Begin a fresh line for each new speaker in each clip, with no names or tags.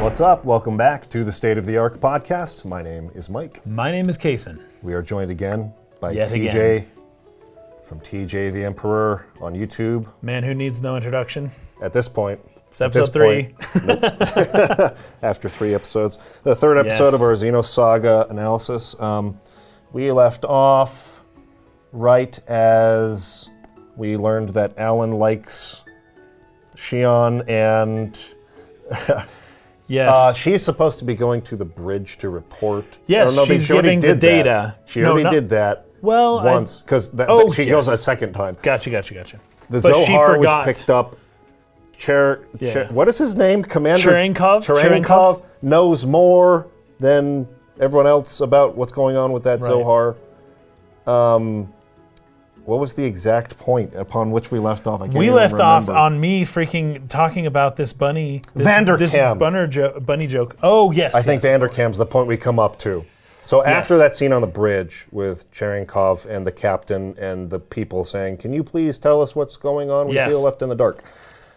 What's up? Welcome back to the State of the Arc podcast. My name is Mike.
My name is Kason.
We are joined again by
Yet
TJ
again.
from TJ the Emperor on YouTube.
Man who needs no introduction.
At this point,
It's
at this
episode three.
after three episodes, the third episode
Yes.
of our Xenosaga analysis, um, we left off right as we learned that Alan likes Shion and
Yes.
Uh, she's supposed to be going to the bridge to report.
Yes,
Or no, they-
she's
she already
giving the
did that.
data.
She
No,
already
not-
did that.
Well, I-
once because
Oh,
she
yes.
goes a second time.
gotcha, gotcha, gotcha.
The
But she
Zohar was
forgot.
picked up. Cher,
Yeah.
Cher- what is his name? Commander
Cherenkov?
Cherenkov knows more than everyone else about what's going on with that Zohar. Um, what was the exact point upon which we left off? I can't
We
even
left off
remember.
on me freaking talking about this bunny. This, This
Vanderkam.
bunner jo- bunny joke. Oh, yes.
I think
yes.
Vanderkam's the point we come up to. So after that scene on the bridge with Cherenkov and the captain and the people saying, "Can you please tell us what's going on? We
Yes.
feel left in the dark."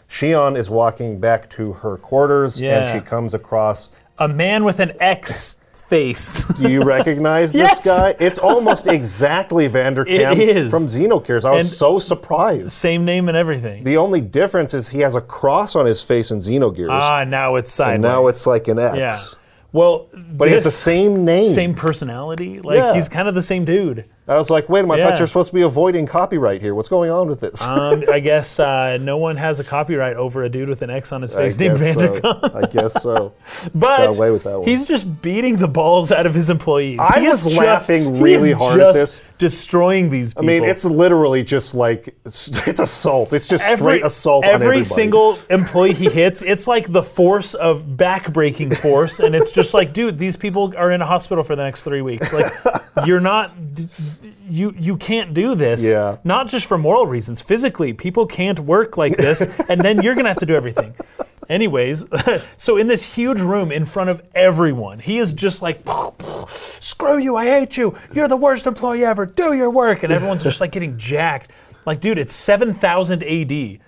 Shion is walking back to her quarters,
Yeah.
and she comes across.
A man with an X face.
Do you recognize this
Yes.
guy? It's almost exactly Vanderkam
is.
from Xenogears. I was
And-
so surprised.
Same name and everything.
The only difference is he has a cross on his face in Xenogears.
Ah, now it's sideways.
and now it's like an X.
Yeah. Well,
But he has the same name.
Same personality. Like,
Yeah.
he's kind of the same dude.
I was like, wait a minute, I thought
Yeah.
you were supposed to be avoiding copyright here. What's going on with this?
Um, I guess uh, no one has a copyright over a dude with an X on his
I
face named
guess
Vanderkam.
so. I guess so.
But
Got away with that one.
he's just beating the balls out of his employees.
I
He is
was
just-
laughing
he
really
is
hard at
just
this.
Destroying these people.
I mean, it's literally just like it's, it's assault. It's just straight assault on
Every
everybody.
single employee he hits, it's like the force of backbreaking force, and it's just like, dude, these people are in a hospital for the next three weeks. Like, you're not, d- d- you you can't do this.
Yeah.
Not just for moral reasons. Physically, people can't work like this, and then you're gonna have to do everything. Anyways, so in this huge room in front of everyone, he is just like, screw you, I hate you, you're the worst employee ever, do your work. And everyone's just like getting jacked. Like, dude, it's 7000 AD.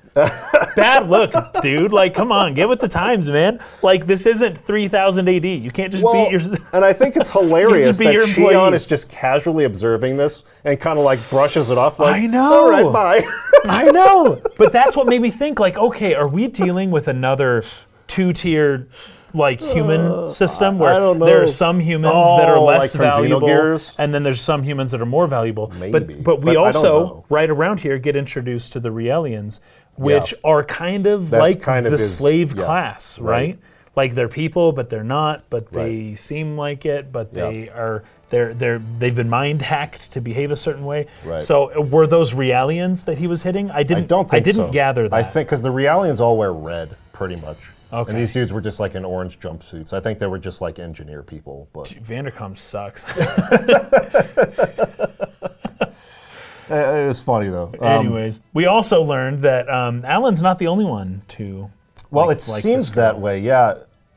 Bad look, dude. Like, come on, get with the times, man. Like, this isn't 3000 AD. You can't just
Well,
beat your.
and I think it's hilarious
be
that
your
Shion
employee.
is just casually observing this and kind of like brushes it off. Like,
I
All
know.
right, bye.
I know. But that's what made me think, like, okay, are we dealing with another two tiered like human system where
Uh, I don't
there are
know.
some humans that are
Oh, like
less
from
valuable
Xenogears?
and then there's some humans that are more valuable.
Maybe,
But but we
but I don't know.
also right around here get introduced to the Reelians, which are kind of
That's
like
kind of
the
his-
slave
yeah,
class, right?
right.
Like they're people, but they're not, but they
Right.
seem like it, but
Yeah.
they are they're they're they've been mind hacked to behave a certain way.
Right.
So uh, were those Realians that he was hitting? I
I
didn't.
don't think
didn't
so.
gather that.
I think because the Realians all wear red, pretty much.
Okay.
And these dudes were just like in orange jumpsuits. I think they were just like engineer people. But
Vandercom sucks.
Uh, it was funny though. Um,
Anyways, we also learned that um, Alan's not the only one to.
Well,
like-
it
like
seems
this
that way. Yeah,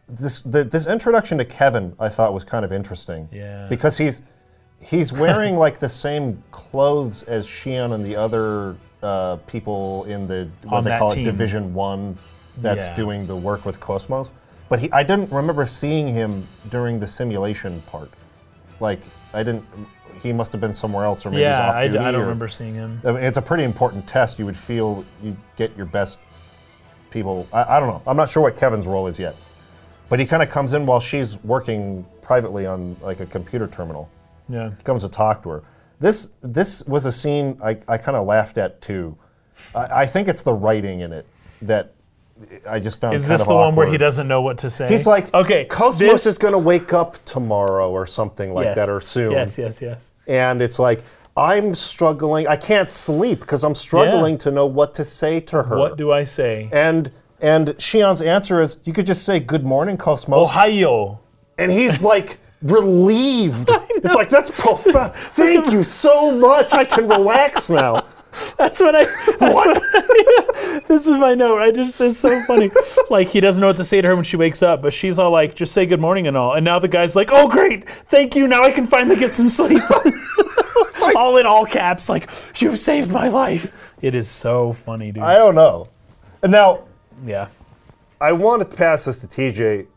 this the, this introduction to Kevin I thought was kind of interesting.
Yeah.
because he's he's wearing like the same clothes as Shion and the other uh, people in the what
On
they
that
call it
team.
Division One that's
Yeah.
doing the work with Cosmos. But he, I didn't remember seeing him during the simulation part. Like I didn't. He must have been somewhere else, or maybe he's
yeah,
off
I, I
duty.
don't
or-
remember seeing him.
I mean, it's a pretty important test. You would feel you get your best people. I, I don't know. I'm not sure what Kevin's role is yet, but he kind of comes in while she's working privately on like a computer terminal.
Yeah.
Comes to talk to her. This this was a scene I, I kind of laughed at too. I, I think it's the writing in it that I just found.
Is
kind
this
of
the one where he
awkward.
doesn't know what to say?
He's like,
okay,
Cosmos
this-
is going to wake up tomorrow or something like
yes,
that or soon
Yes, yes, yes.
and it's like I'm struggling. I can't sleep because I'm struggling to know what to say to her.
What do I say?
and and Shion's answer is, you could just say good morning, Cosmos,
Ohio.
and he's like relieved. It's like that's profound. Thank you so much. I can relax now.
That's what I. That's what? I- this is my note. I just it's so funny. like he doesn't know what to say to her when she wakes up, but she's all like, "Just say good morning and all." And now the guy's like, "Oh great, thank you. Now I can finally get some sleep." all in all caps, like you saved my life. It is so funny, dude.
I don't know. And now
yeah.
I want to pass this to TJ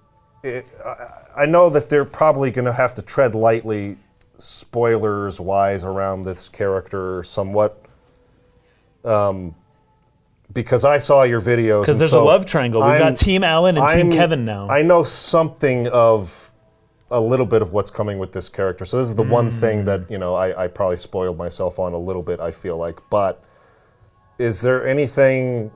it, I- I know that they're probably going to have to tread lightly, spoilers wise, around this character somewhat. Um, because I saw your videos.
Because
and
there's
so
a love triangle. We've
I'm-
got Team Alan and
I'm-
Team Kevin now.
I know something of a little bit of what's coming with this character. So this is the one thing that you know I, I probably spoiled myself on a little bit. I feel like, but is there anything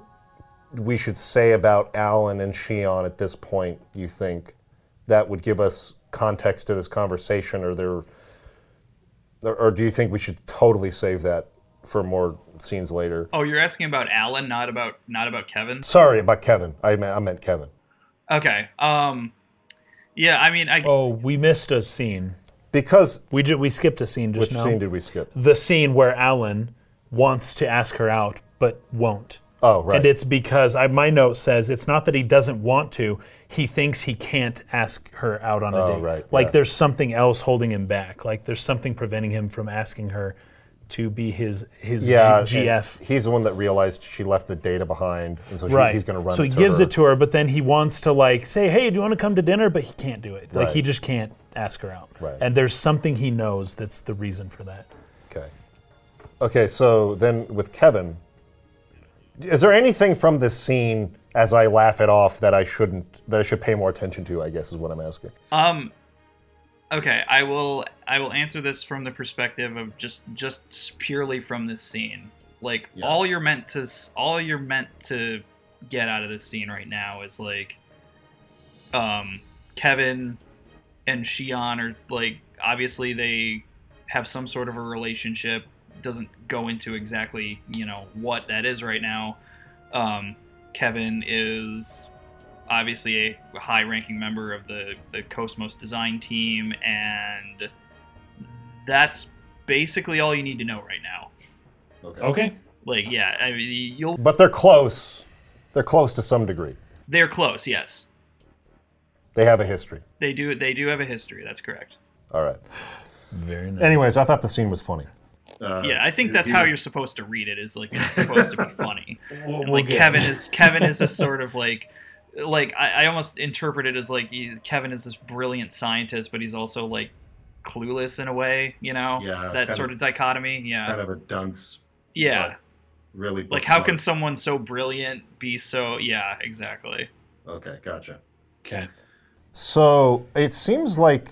we should say about Alan and Shion at this point? You think that would give us context to this conversation, or there, or, or do you think we should totally save that for more scenes later?
Oh, you're asking about Alan, not about not about Kevin.
Sorry about Kevin. I meant I meant Kevin.
Okay. Um, yeah. I mean, I
oh, we missed a scene.
Because
We ju- we skipped a scene just
which
now.
scene did we skip?
the scene where Alan wants to ask her out but won't.
Oh, right.
And it's because I, my note says it's not that he doesn't want to; he thinks he can't ask her out on a
Oh,
date.
right,
Like
yeah.
there's something else holding him back. Like there's something preventing him from asking her to be his his G-
yeah,
GF.
and He's the one that realized she left the data behind, and so she,
right.
he's going to run.
so he
it to
gives
her.
it to her, but then he wants to like say, "Hey, do you want to come to dinner?" But he can't do it. Like he
Right.
just can't ask her out.
Right.
And there's something he knows that's the reason for that.
Okay. Okay. So then with Kevin, is there anything from this scene as I laugh it off that I shouldn't that I should pay more attention to? I guess is what I'm asking.
Um. Okay, I will. I will answer this from the perspective of just just purely from this scene. Like
Yeah.
all you're meant to s- all you're meant to get out of this scene right now is like, um, Kevin and Shion are like obviously they have some sort of a relationship. Doesn't go into exactly you know what that is right now. Um, Kevin is obviously a high ranking member of the, the Cosmos design team, and that's basically all you need to know right now.
Okay.
Like, yeah, I mean, you'll
But they're close. They're close to some degree.
they're close. Yes,
They have a history.
they do. They do have a history. That's correct.
All right.
Very nice.
Anyways, I thought the scene was funny.
uh,
yeah, I think that's how you're supposed to read it. Is like it's supposed to be funny.
We'll-
And
we'll
like
get-
Kevin is Kevin is this sort of like like I, I almost interpret it as like he, Kevin is this brilliant scientist, but he's also like clueless in a way. You know,
Yeah, kind
that
of-
sort of dichotomy. Yeah,
kind of a dunce.
yeah.
Really. book
like how
smart.
can someone so brilliant be so yeah exactly
Okay, gotcha.
Okay.
So it seems like.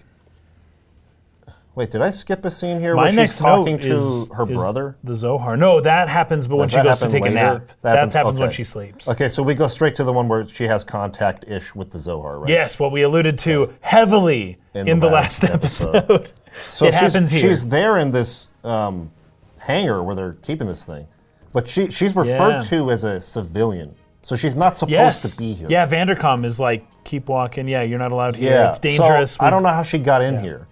Wait, did I skip a scene here
My
where
next
she's talking
note
to
is,
her
is
brother?
the Zohar. No, that happens, but when
Does
she
that
goes to
happen
take a
later?
nap,
That
that
happens-
happens, when
okay.
she sleeps.
Okay, so we go straight to the one where she has contact ish with the Zohar, right?
Yes, what we alluded to heavily in, the, last, episode.
So
it
she's,
happens here.
She's there in this um, hangar where they're keeping this thing, but she she's referred
Yeah.
to as a civilian, so she's not supposed
yes.
to be here.
Yeah, Vandercom is like, keep walking. Yeah, you're not allowed here.
yeah.
It's dangerous.
So I don't know how she got in here.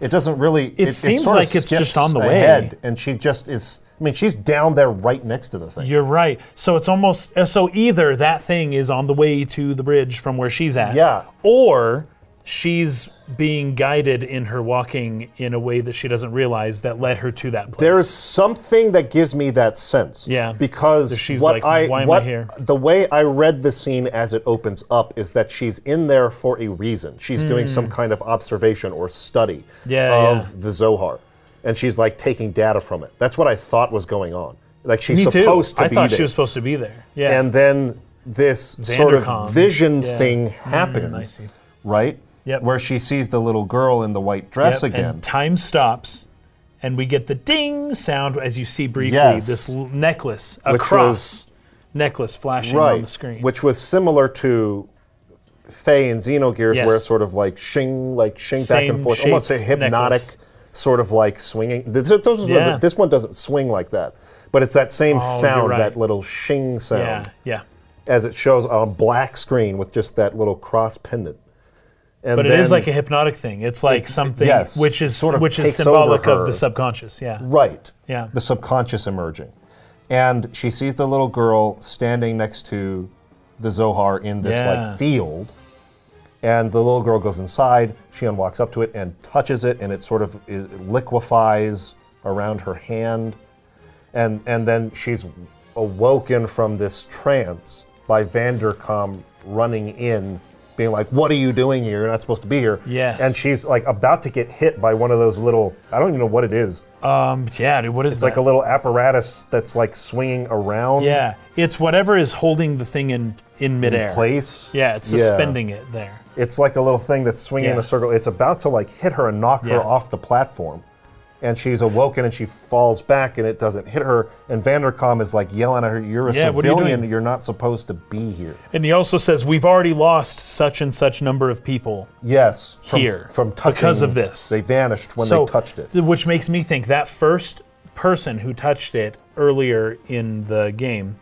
It doesn't really. It,
seems
sort of
like it's
skips
just on the way.
ahead, and she just is. I mean, she's down there right next to the thing.
You're right. So it's almost uh, so either that thing is on the way to the bridge from where she's at.
Yeah.
Or she's being guided in her walking in a way that she doesn't realize that led her to that place.
There's something that gives me that sense.
Yeah.
Because
She's
what
like,
I
"Why am I
what-
here?"
the way I read the scene as it opens up is that she's in there for a reason. She's doing some kind of observation or study
Hmm. Yeah,
of the Zohar, and she's like taking data from it. That's what I thought was going on. Like she's
Me too.
supposed to
I
be
thought
there.
she was supposed to be there. Yeah.
and then this sort
Vandercom.
of vision
Yeah. Hmm,
thing happens,
see.
right?
Yep.
Where she sees the little girl in the white dress
Yep,
again.
And time stops, and we get the ding sound as you see briefly
Yes.
this l- necklace, a
Which
cross
was-
necklace flashing on the screen.
Which was similar to Faye and Xenogears,
Yes.
where it's sort of like shing, like shing back
Same
and forth, almost a
shaped
hypnotic
necklace.
sort of like swinging. This, this- this-
Yeah. Oh,
this one doesn't swing like that, but it's that same
you're
sound,
right.
that little shing sound,
yeah, yeah.
as it shows on a black screen with just that little cross pendant. And
But
then,
it is like a hypnotic thing. It's like something
yes,
which is
sort of
which is
takes
symbolic
over
of the
her.
subconscious. Yeah.
Right.
Yeah.
The subconscious emerging. And she sees the little girl standing next to the Zohar in this
Yeah.
like field. And the little girl goes inside. Shion walks up to it and touches it, and it sort of i liquefies around her hand. And, and then she's awoken from this trance by Vandercom running in being like, "What are you doing here? You're not supposed to be here."
Yes.
And she's like about to get hit by one of those little. I don't even know what it is.
Um, yeah, dude, what is
It's like a little apparatus that's like swinging around.
yeah, it's whatever is holding the thing in in midair.
Place.
Yeah, it's suspending it there.
It's like a little thing that's swinging in
Yeah.
a circle. It's about to like hit her and knock
Yeah.
her off the platform. And she's awoken and she falls back and it doesn't hit her. And Vandercom is like yelling at her, You're a
Yeah, what are you
civilian.
doing?"
You're not supposed to be here.
And he also says we've already lost such and such number of people
Yes. From,
Here,
From touching.
because of this.
They vanished when they touched it.
th- Which makes me think that first person who touched it earlier in the game,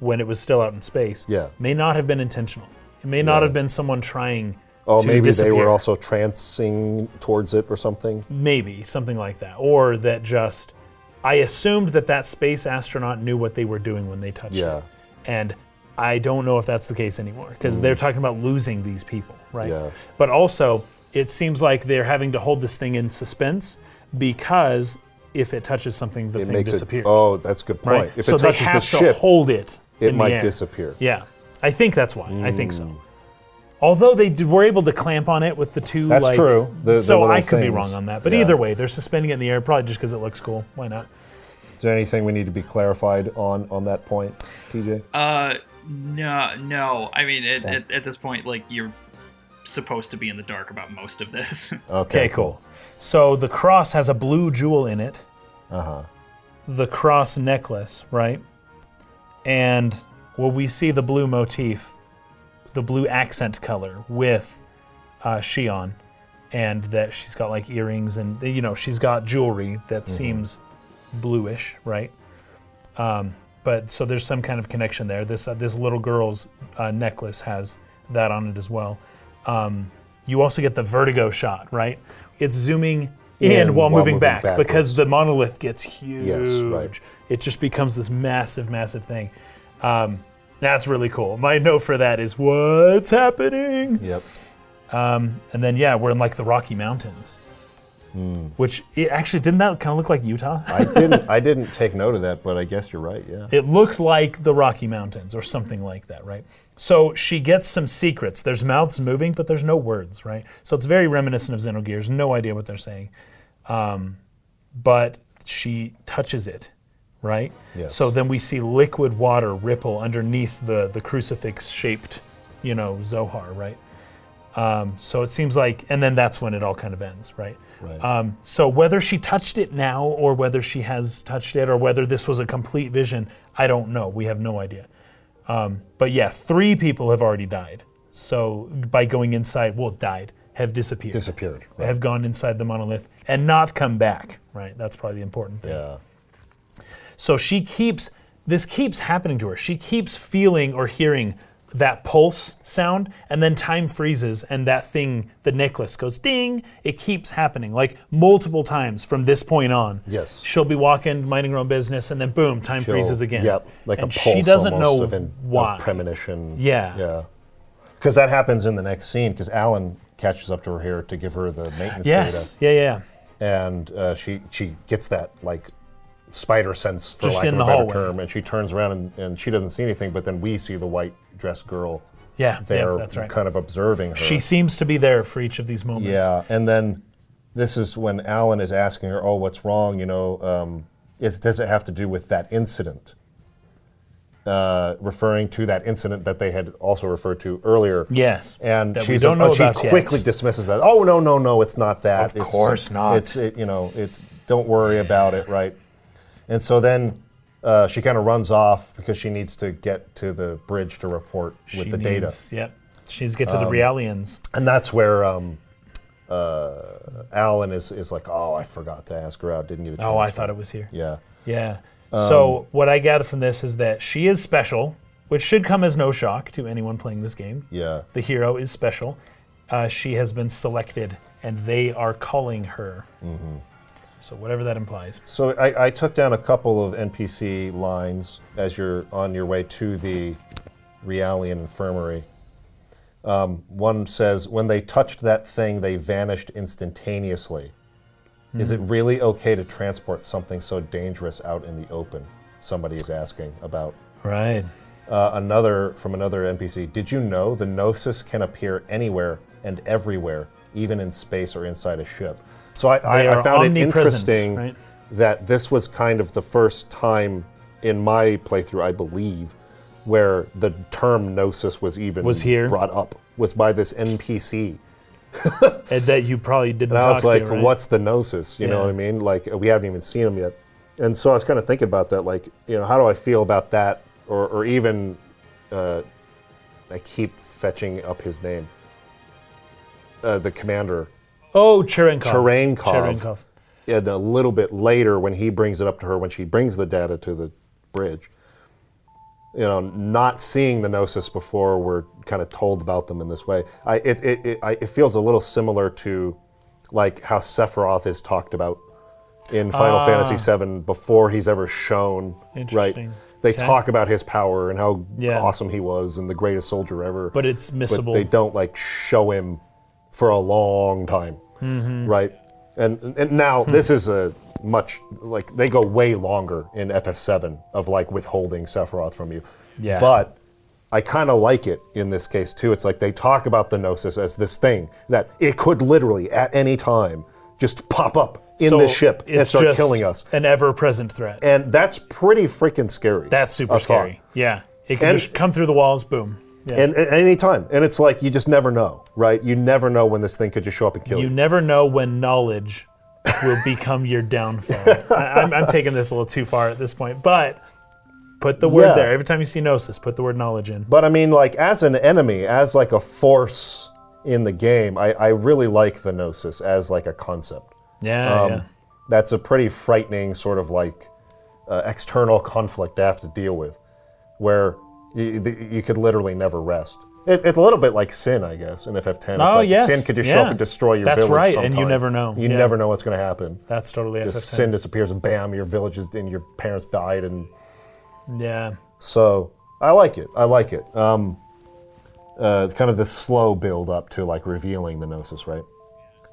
when it was still out in space,
Yeah.
may not have been intentional. It may not have been someone trying.
Oh,
to
maybe they
disappear.
were also trancing towards it or something.
maybe something like that, or that just. I assumed that that space astronaut knew what they were doing when they touched
Yeah.
it, and I don't know if that's the case anymore because they're talking about losing these people, right?
Mm. Yeah.
But also, it seems like they're having to hold this thing in suspense because if it touches something, the
It
thing
makes
disappears.
it. Oh, that's a good point.
right?
If
so
it touches
they
the
have to
ship,
hold it. in
it
the
might
air.
disappear. Mm.
Yeah, I think that's why. I think so. Although they d- were able to clamp on it with the two.
That's
like-
true. The- the
so
little
I could be
things.
wrong on that. But
Yeah.
either way, they're suspending it in the air probably just because it looks cool. Why not?
Is there anything we need to be clarified on on that point, TJ?
Uh, no, no. I mean, at, at, at this point, like you're supposed to be in the dark about most of this.
Oh.
Okay, cool. So the cross has a blue jewel in it. Uh huh. The cross necklace, right? And well, we see the blue motif, the blue accent color with uh, Shion, and that she's got like earrings and you know she's got jewelry that seems bluish, right? Um, but so there's some kind of connection there. This uh, this little girl's uh, necklace has that on it as well Um, you also get the vertigo shot, right? It's zooming in,
In
while,
while
moving,
moving
back because
backwards.
the monolith gets huge.
right.
It just becomes this massive, massive thing. Um, that's really cool. My note for that is what's happening?
Yep.
And then, yeah, we're in like the Rocky Mountains, which it actually didn't that kind of look like Utah?
I didn't. I didn't take note of that, but I guess you're right. Yeah.
It looked like the Rocky Mountains or something like that, right? So she gets some secrets. There's mouths moving, but there's no words, right? So it's very reminiscent of Xenogears. No idea what they're saying. Um, but she touches it, right?
Yes.
So then we see liquid water ripple underneath the, the crucifix shaped, you know, Zohar, right? Um, so it seems like, and then that's when it all kind of ends, right?
Right.
Um, so whether she touched it now, or whether she has touched it, or whether this was a complete vision, I don't know. We have no idea. Um, but yeah, three people have already died. So by going inside, well, died, have disappeared,
Disappeared. Right.
have gone inside the monolith and not come back. Right. That's probably the important thing.
Yeah.
So she keeps this keeps happening to her. She keeps feeling or hearing that pulse sound and then time freezes and that thing the necklace goes ding it keeps happening like multiple times from this point on
Yes.
she'll be walking minding her own business and then boom time freezes
Feel-
again
Yep. Like
and
a pulse
she doesn't
almost
know
of, in,
why
of premonition.
Yeah.
Yeah. Because that happens in the next scene. Because Alan catches up to her here to give her the maintenance
yes yeah yeah
data, and uh, she she gets that like spider sense for
Just
lack of
in
a
the
better
hallway.
term, and she turns around and, and she doesn't see anything. But then we see the white dressed girl
yeah
there,
yeah that's right
kind of observing her.
she seems to be there for each of these moments
Yeah, and then this is when Alan is asking her, "Oh, what's wrong?" You know, um, is, does it have to do with that incident? Uh, referring to that incident that they had also referred to earlier.
yes
And
that
she's
we don't
like-
know
oh,
about
she
yet.
quickly dismisses that. Oh no, no, no, it's not that.
Of
It's-
course not.
It's it, you know, it's don't worry about it, right? And so then uh, she kind of runs off because she needs to get to the bridge to report with
She
the data. Um,
needs- yep she's get to the realians
And that's where um, uh, Alan is, is like, oh, I forgot to ask her out. Didn't get a chance.
oh i thought it was here
Yeah.
Yeah.
Um,
so what I gather from this is that she is special, which should come as no shock to anyone playing this game.
Yeah.
The hero is special. Uh, she has been selected, and they are calling her. Mm-hmm. So whatever that implies.
So I, I took down a couple of NPC lines as you're on your way to the Realian Infirmary. Um, one says, when they touched that thing, they vanished instantaneously. Is
Hmm.
it really okay to transport something so dangerous out in the open? Somebody is asking about.
Right.
Uh, another from another NPC. Did you know the Gnosis can appear anywhere and everywhere, even in space or inside a ship? So I,
They
I, I
are
found it
omnipresent,
interesting
right?
that this was kind of the first time in my playthrough, I believe, where the term Gnosis was even
Was here.
brought up was by this NPC.
And that you probably didn't
And I
talk
was like,
to. Right?
what's the gnosis? You know
Yeah.
what I mean? Like, we haven't even seen him yet. And so I was kind of thinking about that. Like, you know, how do I feel about that? Or, or even, uh, I keep fetching up his name. Uh, the commander.
Oh, Cherenkov.
Cherenkov.
Cherenkov.
And a little bit later, when he brings it up to her, when she brings the data to the bridge, you know, not seeing the gnosis before we're kind of told about them in this way. I, it, it, it, I, it feels a little similar to like how Sephiroth is talked about in Final
Ah.
Fantasy VII before he's ever shown. Right?
Interesting.
They
Okay.
talk about his power and how
Yeah.
awesome he was and the greatest soldier ever.
But it's missable.
but they don't like show him for a long time,
Mm-hmm.
right? And and
Hmm.
now this is a much like they go way longer in FF7 of like withholding Sephiroth from you.
Yeah.
But I kind of like it in this case too. It's like they talk about the gnosis as this thing that it could literally at any time just pop up in
So
this ship and
it's
start
just
killing us.
An ever-present threat.
And that's pretty freaking scary.
That's super
a thought.
scary. Yeah, it can
And-
just come through the walls. Boom. Yeah.
And at any time. And it's like you just never know, right? You never know when this thing could just show up and kill you.
You never know when knowledge will become your downfall. I, I'm, I'm taking this a little too far at this point, but put the word
Yeah.
there. Every time you see gnosis, put the word knowledge in.
But I mean, like as an enemy, as like a force in the game, I, I really like the gnosis as like a concept. Um,
Yeah, yeah.
That's a pretty frightening sort of like uh, external conflict to have to deal with, where you, the- you could literally never rest. It, it's a little bit like sin, I guess, in FF10. It's
Oh,
like
yes,
sin could just show up
yeah.
and destroy your
That's
village.
right, and you
sometime.
never know,
You
yeah.
never know what's going to happen.
That's totally
Just
FF10.
sin disappears, and bam, your village is, and your parents died, and
Yeah,
so I like it. I like it. Um, uh, it's kind of this slow build up to like revealing the gnosis, right?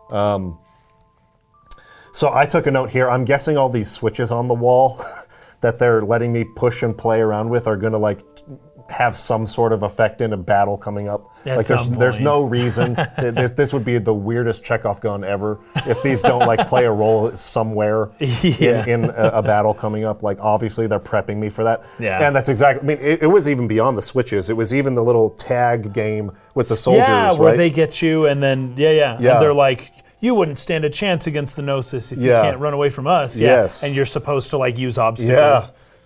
Um, so I took a note here. I'm guessing all these switches on the wall that they're letting me push and play around with are going to like have some sort of effect in a battle coming up.
At
like there's
some
there's
point.
no reason Th- this, this would be the weirdest Chekhov gun ever if these don't like play a role somewhere
Yeah.
in, in a, a battle coming up. Like obviously they're prepping me for that.
Yeah.
And that's exactly. I mean, it, it was even beyond the switches. It was even the little tag game with the soldiers,
yeah,
right?
where they get you, and then yeah, yeah,
Yeah.
And they're like. You wouldn't stand a chance against the Gnosis if
Yeah.
you can't run away from us. Yeah.
Yes.
And you're supposed to like use obstacles.
yeah.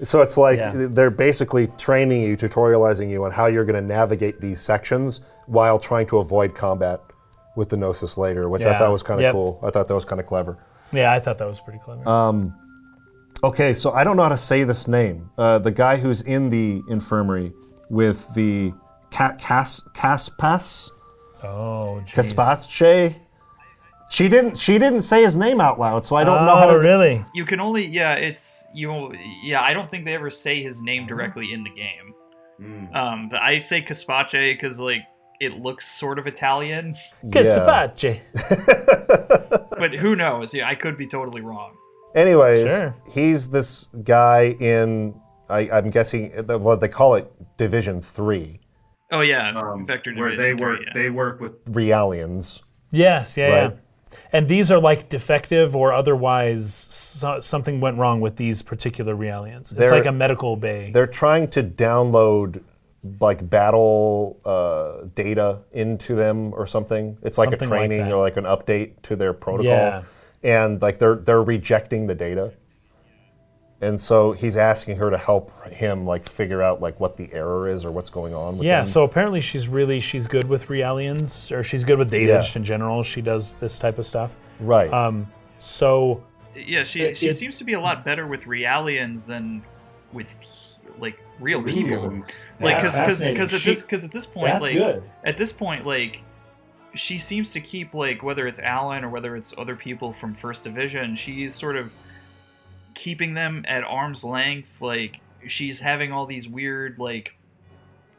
So it's like
Yeah.
they're basically training you, tutorializing you on how you're going to navigate these sections while trying to avoid combat with the Gnosis later, which I
Yeah.
thought was kind of
Yep.
cool. I thought that was kind of clever.
Yeah, I thought that was pretty clever.
Uh, Okay, so I don't know how to say this name. Uh, the guy who's in the infirmary with the ca- cas- Caspas?
oh, geez.
Caspache? She didn't. She didn't say his name out loud, so I don't know how
Oh,
to
really?
You can only yeah, it's you yeah, I don't think they ever say his name directly in the game.
Mm-hmm. Mm.
Um but I say Caspace cuz like it looks sort of Italian,
Caspace.
but who knows? Yeah, I could be totally wrong.
Anyways,
Sure.
he's this guy in. I, I'm guessing uh, well, they call it Division Three,
Oh yeah,
Um,
Vector
where
Division
they
three,
work,
yeah.
they work with
Realians.
Yes, yeah,
Right.
yeah. And these are like defective or otherwise so, something went wrong with these particular realians. It's
They're-
like a medical bay.
They're trying to download like battle uh, data into them or something. It's like a
Something like
training
that.
or like an update to their protocol,
Yeah.
and like they're they're rejecting the data. And so he's asking her to help him like figure out like what the error is or what's going on. With
Yeah,
them.
so apparently she's really she's good with realians or she's good with data
Yeah.
just in general. She does this type of stuff.
right.
Um, So
Yeah, she
It-
she
it-
seems to be a lot better with realians than with like real people.
humans.
Like
That's
because
fascinating.
because at
She-
this because at this point like at this point like she seems to keep like whether it's Alan or whether it's other people from First Division, she's sort of keeping them at arm's length. Like she's having all these weird like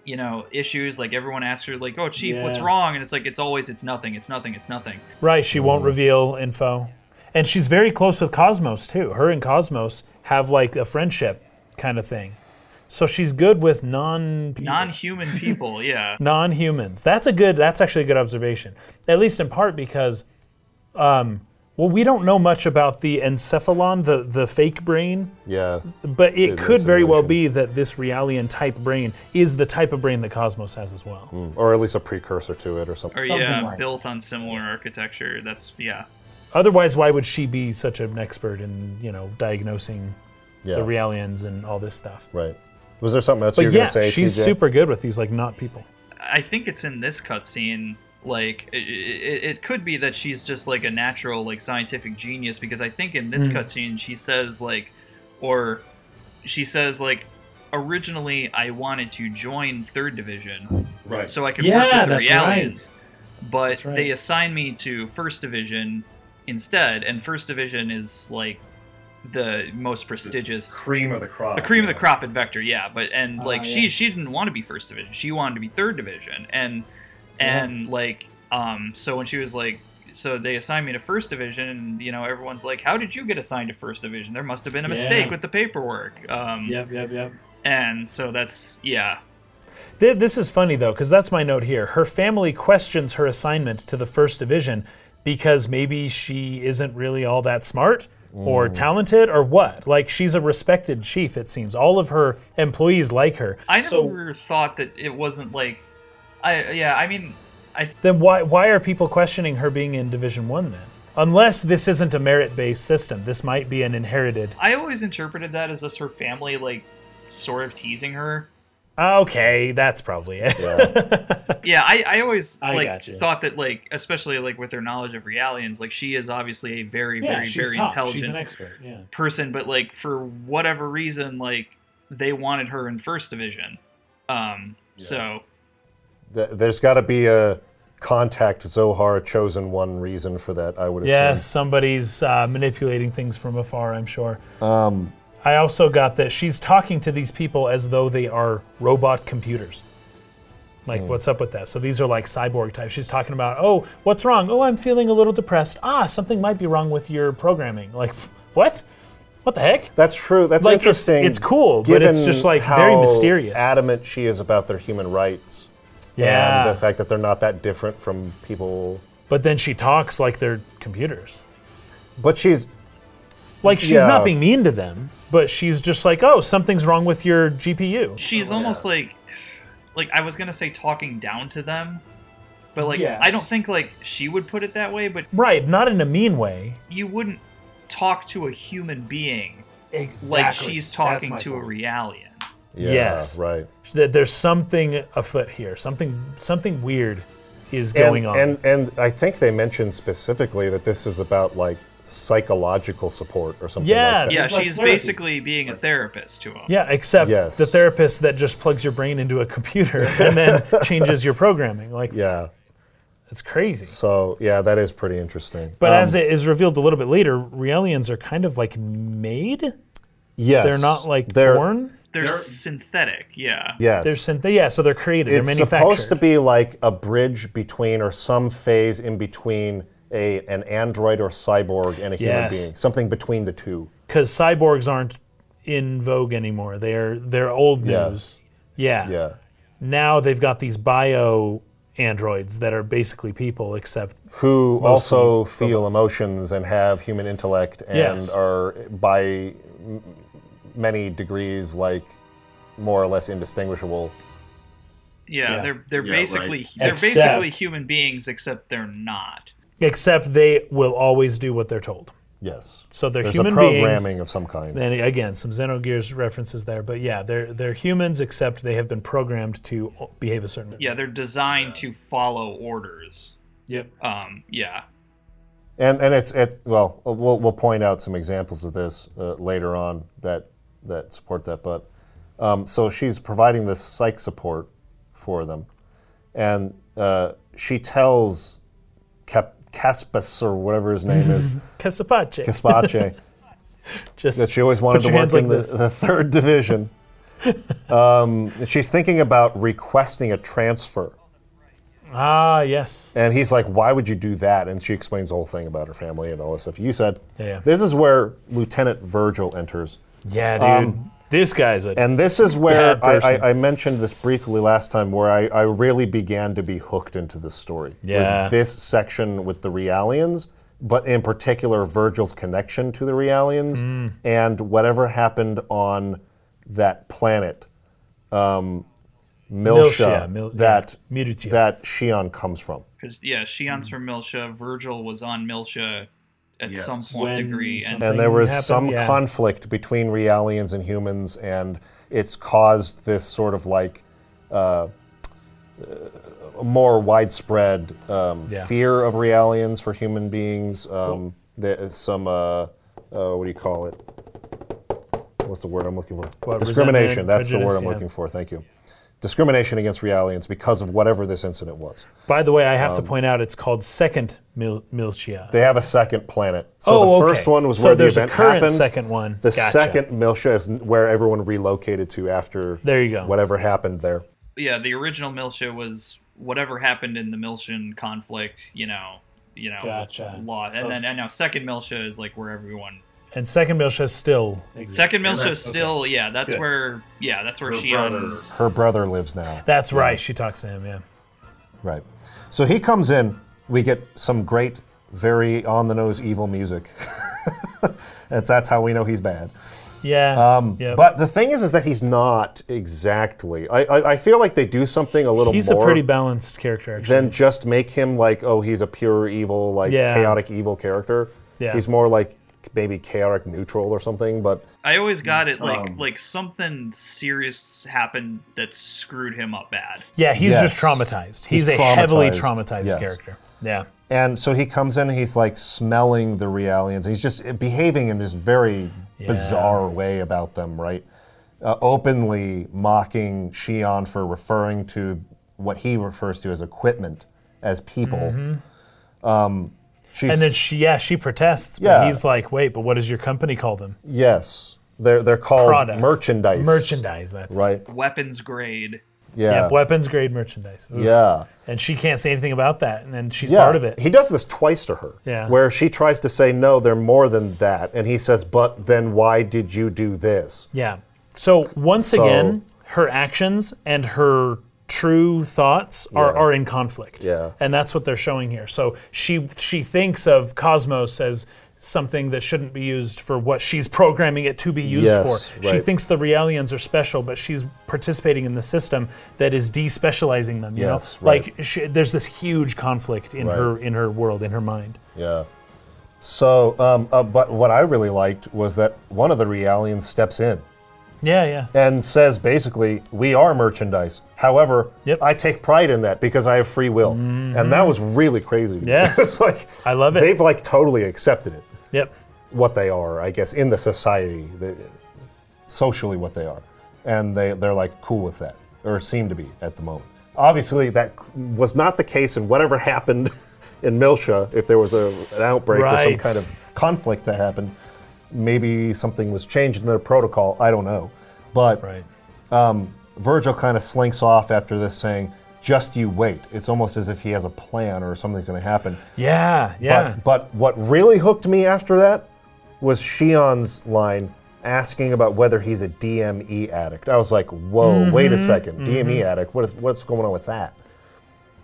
you know issues. Like everyone asks her like, "Oh, chief, what's
Yeah.
wrong?" And it's like it's always it's nothing, it's nothing, it's nothing.
Right, she won't
Mm-hmm.
reveal info. And she's very close with Cosmos too. Her and Cosmos have like a friendship kind of thing. So she's good with non
non-human people. Yeah,
non humans. That's a good. That's actually a good observation. At least in part because, um, well, we don't know much about the encephalon, the the fake brain,
Yeah.
but it
the
could very well
simulation.
be that this Realian type brain is the type of brain that Cosmos has as well.
Or at least a precursor to it or something.
or
Something
yeah,
like-
built on similar architecture. That's yeah.
Otherwise, why would she be such an expert in you know diagnosing
yeah.
the Realians and all this stuff?
right. Was there something else you
But
were
yeah,
going to say?
she's
TJ?
super good with these like not people.
I think it's in this cutscene. Like it, it, it could be that she's just like a natural like scientific genius because I think in this
Hmm.
cutscene she says like, or she says like, originally I wanted to join third division
Right.
so I could
Yeah,
work with
that's
the Realians, but
That's right.
they assigned me to first division instead, and first division is like the most prestigious
cream of the crop.
the cream of the
yeah.
crop at Vector, yeah. But and
Ah,
like
Oh, yeah.
she she didn't want to be first division. She wanted to be third division. And and like um so when she was like so they assigned me to first division and you know everyone's like how did you get assigned to first division? There must have been a
Yeah.
mistake with the paperwork. Um
Yep, yep, yep.
and so that's yeah.
Th- This is funny though, because that's my note here. Her family questions her assignment to the first division because maybe she isn't really all that smart or talented or what. Like she's a respected chief, it seems. All of her employees like her.
I
So-
never thought that it wasn't like I yeah, I mean I
Then why why are people questioning her being in Division One then? Unless this isn't a merit-based system, this might be an inherited.
I always interpreted that as just her family like sort of teasing her
Okay, that's probably it.
Yeah, I, I always
I
like
gotcha.
thought that like especially like with her knowledge of realians, like she is obviously a very,
Yeah,
very,
she's
very
top. She's
intelligent
an expert. Yeah.
person, but like for whatever reason, like they wanted her in first division. Um
Oh,
so
Th- there's got to be a contact Zohar chosen one reason for that, I would assume.
Yes, somebody's uh, manipulating things from afar, I'm sure. Um, I also got that she's talking to these people as though they are robot computers. Like,
Hmm.
what's up with that? So these are like cyborg types. She's talking about, oh, what's wrong? Oh, I'm feeling a little depressed. Ah, something might be wrong with your programming. Like, f- what? What the heck?
That's true. That's
Like, it's-
interesting.
it's cool, but it's
given
just, like, very
how
mysterious.
Adamant she is about their human rights
Yeah.
and the fact that they're not that different from people.
but then she talks like they're computers.
But she's
Like, she's
Yeah.
not being mean to them, but she's just like, oh, something's wrong with your GPU.
she's almost like like I was gonna say talking down to them. But like
Yes.
I don't think like she would put it that way, but
Right, not in a mean way.
you wouldn't talk to a human being
Exactly.
like she's talking to a realian.
yeah,
Yes.
right.
that there's something afoot here. Something something weird is going
and,
on.
And and I think they mentioned specifically that this is about like psychological support or something
Yeah,
like that.
Yeah,
It's like
she's
therapy.
basically being a therapist to him.
yeah, except
Yes.
the therapist that just plugs your brain into a computer and then changes your programming. Like
Yeah.
that's crazy.
So yeah, that is pretty interesting. Um,
But as it is revealed a little bit later, Realians are kind of like made.
yes,
They're not like
they're,
born.
They're,
They're-
synthetic, yeah.
Yes.
They're synth- yeah, so they're created.
it's
they're manufactured.
supposed to be like a bridge between or some phase in between a an android or cyborg and a human
Yes.
being. Something between the two.
because cyborgs aren't in vogue anymore. They're they're old
Yeah.
news. Yeah.
Yeah.
Now they've got these bio androids that are basically people, except
Who also feel emotions and have human intellect and
Yes.
are by m- many degrees like more or less indistinguishable.
Yeah,
Yeah.
they're they're
Yeah,
basically
right.
they're
Except-
basically human beings except they're not.
except they will always do what they're told.
Yes.
So they're
There's
human
a
beings.
programming of some kind.
And again, some Xenogears references there, but yeah, they're they're humans except they have been programmed to o- behave a certain way.
Yeah, they're designed to follow orders.
Yep.
Um, yeah.
And and it's it's well we'll we'll point out some examples of this uh, later on that that support that. But um, so she's providing this psych support for them, and uh, she tells Cap- Caspus or whatever his name is
Casapache.
Caspace
Just
that she always wanted
Put
to
your
work
hands
in
like
the,
this.
the third division. um, and she's thinking about requesting a transfer,
ah yes.
and he's like, "Why would you do that?" And she explains the whole thing about her family and all this stuff. You said
Yeah.
this is where Lieutenant Virgil enters.
Yeah, dude.
Um,
This guy's a
And this is where
Bad
I,
person.
I, I mentioned this briefly last time, where I, I really began to be hooked into this story.
Yeah.
Was this section with the Realians, but in particular Virgil's connection to the Realians
Mm.
and whatever happened on that planet, um, Milsha,
Milsha, Mil- yeah,
that
Mirutia.
that Shion comes from.
Because yeah, Shion's from Milsha. Virgil was on Milsha at
Mm-hmm. Yes.
some point
When
degree, and
something-
and there was
happened,
some
yeah.
conflict between realians and humans and it's caused this sort of like uh, uh, more widespread um,
Yeah.
fear of realians for human beings um, there is some uh, uh, what do you call it what's the word i'm looking for
What,
discrimination
resentment,
that's the word
prejudice,
i'm
yeah.
looking for thank you discrimination against realians because of whatever this incident was
By the way, I have to point out it's called Second Mil- Milchia.
um, they have a second planet so
oh,
the
okay.
first one was
so
where the
there's
event
a current
happened
second one.
The
Gotcha.
second Milsha is n- where everyone relocated to after
There you go.
whatever happened there.
yeah, the original Milsha was whatever happened in the Milshan conflict. You know, you know, was
Gotcha.
lost.
So-
and then and now second Milsha is like where everyone.
and Second Milchia is still
Second Milsha is
Okay.
still yeah. That's
Good.
where yeah. That's where
Her
Shion.
brother.
is.
Her brother lives now.
That's right. She talks to him. Yeah.
Right. So he comes in, we get some great, very on the nose evil music. that's, that's how we know he's bad.
Yeah. Um,
But the thing is, is that he's not exactly. I, I, I feel like they do something a little
he's
more
a pretty balanced character. Actually.
than just make him like, oh, he's a pure evil, like
Yeah.
chaotic evil character.
Yeah.
He's more like maybe chaotic neutral or something, but
I always got it like
Um.
like something serious happened that screwed him up bad.
yeah, he's just
Yes.
traumatized. He's,
He's
a heavily
traumatized,
traumatized
yes.
character. Yeah.
And so he comes in, he's like smelling the realians. He's just behaving in this very bizarre way about them, right? Uh, openly mocking Shion for referring to what he refers to as equipment as people. Um, she's,
Mm-hmm. And then she, yeah, she protests. But
Yeah.
He's like, wait, but what does your company call them?
yes, they're they're called
Products.
Oh, merchandise.
Merchandise. That's
right?
Weapons grade.
Yeah,
Yep, weapons grade merchandise. Ooh.
yeah.
And she can't say anything about that, and then she's
Yeah,
part of it.
He does this twice to her.
Yeah.
Where she tries to say, no, they're more than that. And he says, but then why did you do this?
Yeah. So once
So-
again, her actions and her true thoughts are,
Yeah.
are in conflict.
Yeah.
And that's what they're showing here. So she she thinks of Cosmos as something that shouldn't be used for what she's programming it to be used
Yes,
for. She
right.
thinks the Realians are special, but she's participating in the system that is despecializing them. You
Yes,
know?
right.
Like she, there's this huge conflict in
Right.
her in her world, in her mind.
Yeah. So, um, uh, but what I really liked was that one of the Realians steps in
Yeah, yeah.
and says basically, We are merchandise. However,
Yep. Mm-hmm.
I take pride in that because I have free will. And that was really crazy. to me.
Yes.
it's like,
I love it.
They've like totally accepted it,
Yep.
what they are, I guess, in the society, the, socially what they are. And they, they're like cool with that, or seem to be at the moment. Obviously, that was not the case in whatever happened in Milsha, if there was a, an outbreak or some
Right.
kind of conflict that happened. Maybe something was changed in their protocol. I don't know. But
Right.
Virgil kind of slinks off after this, saying, "Just you wait." It's almost as if he has a plan or something's going to happen.
Yeah, yeah.
But, but what really hooked me after that was Shion's line asking about whether he's a DME addict. I was like, "Whoa, wait
Mm-hmm.
a 2nd DME E addict. What is what's going on with that?"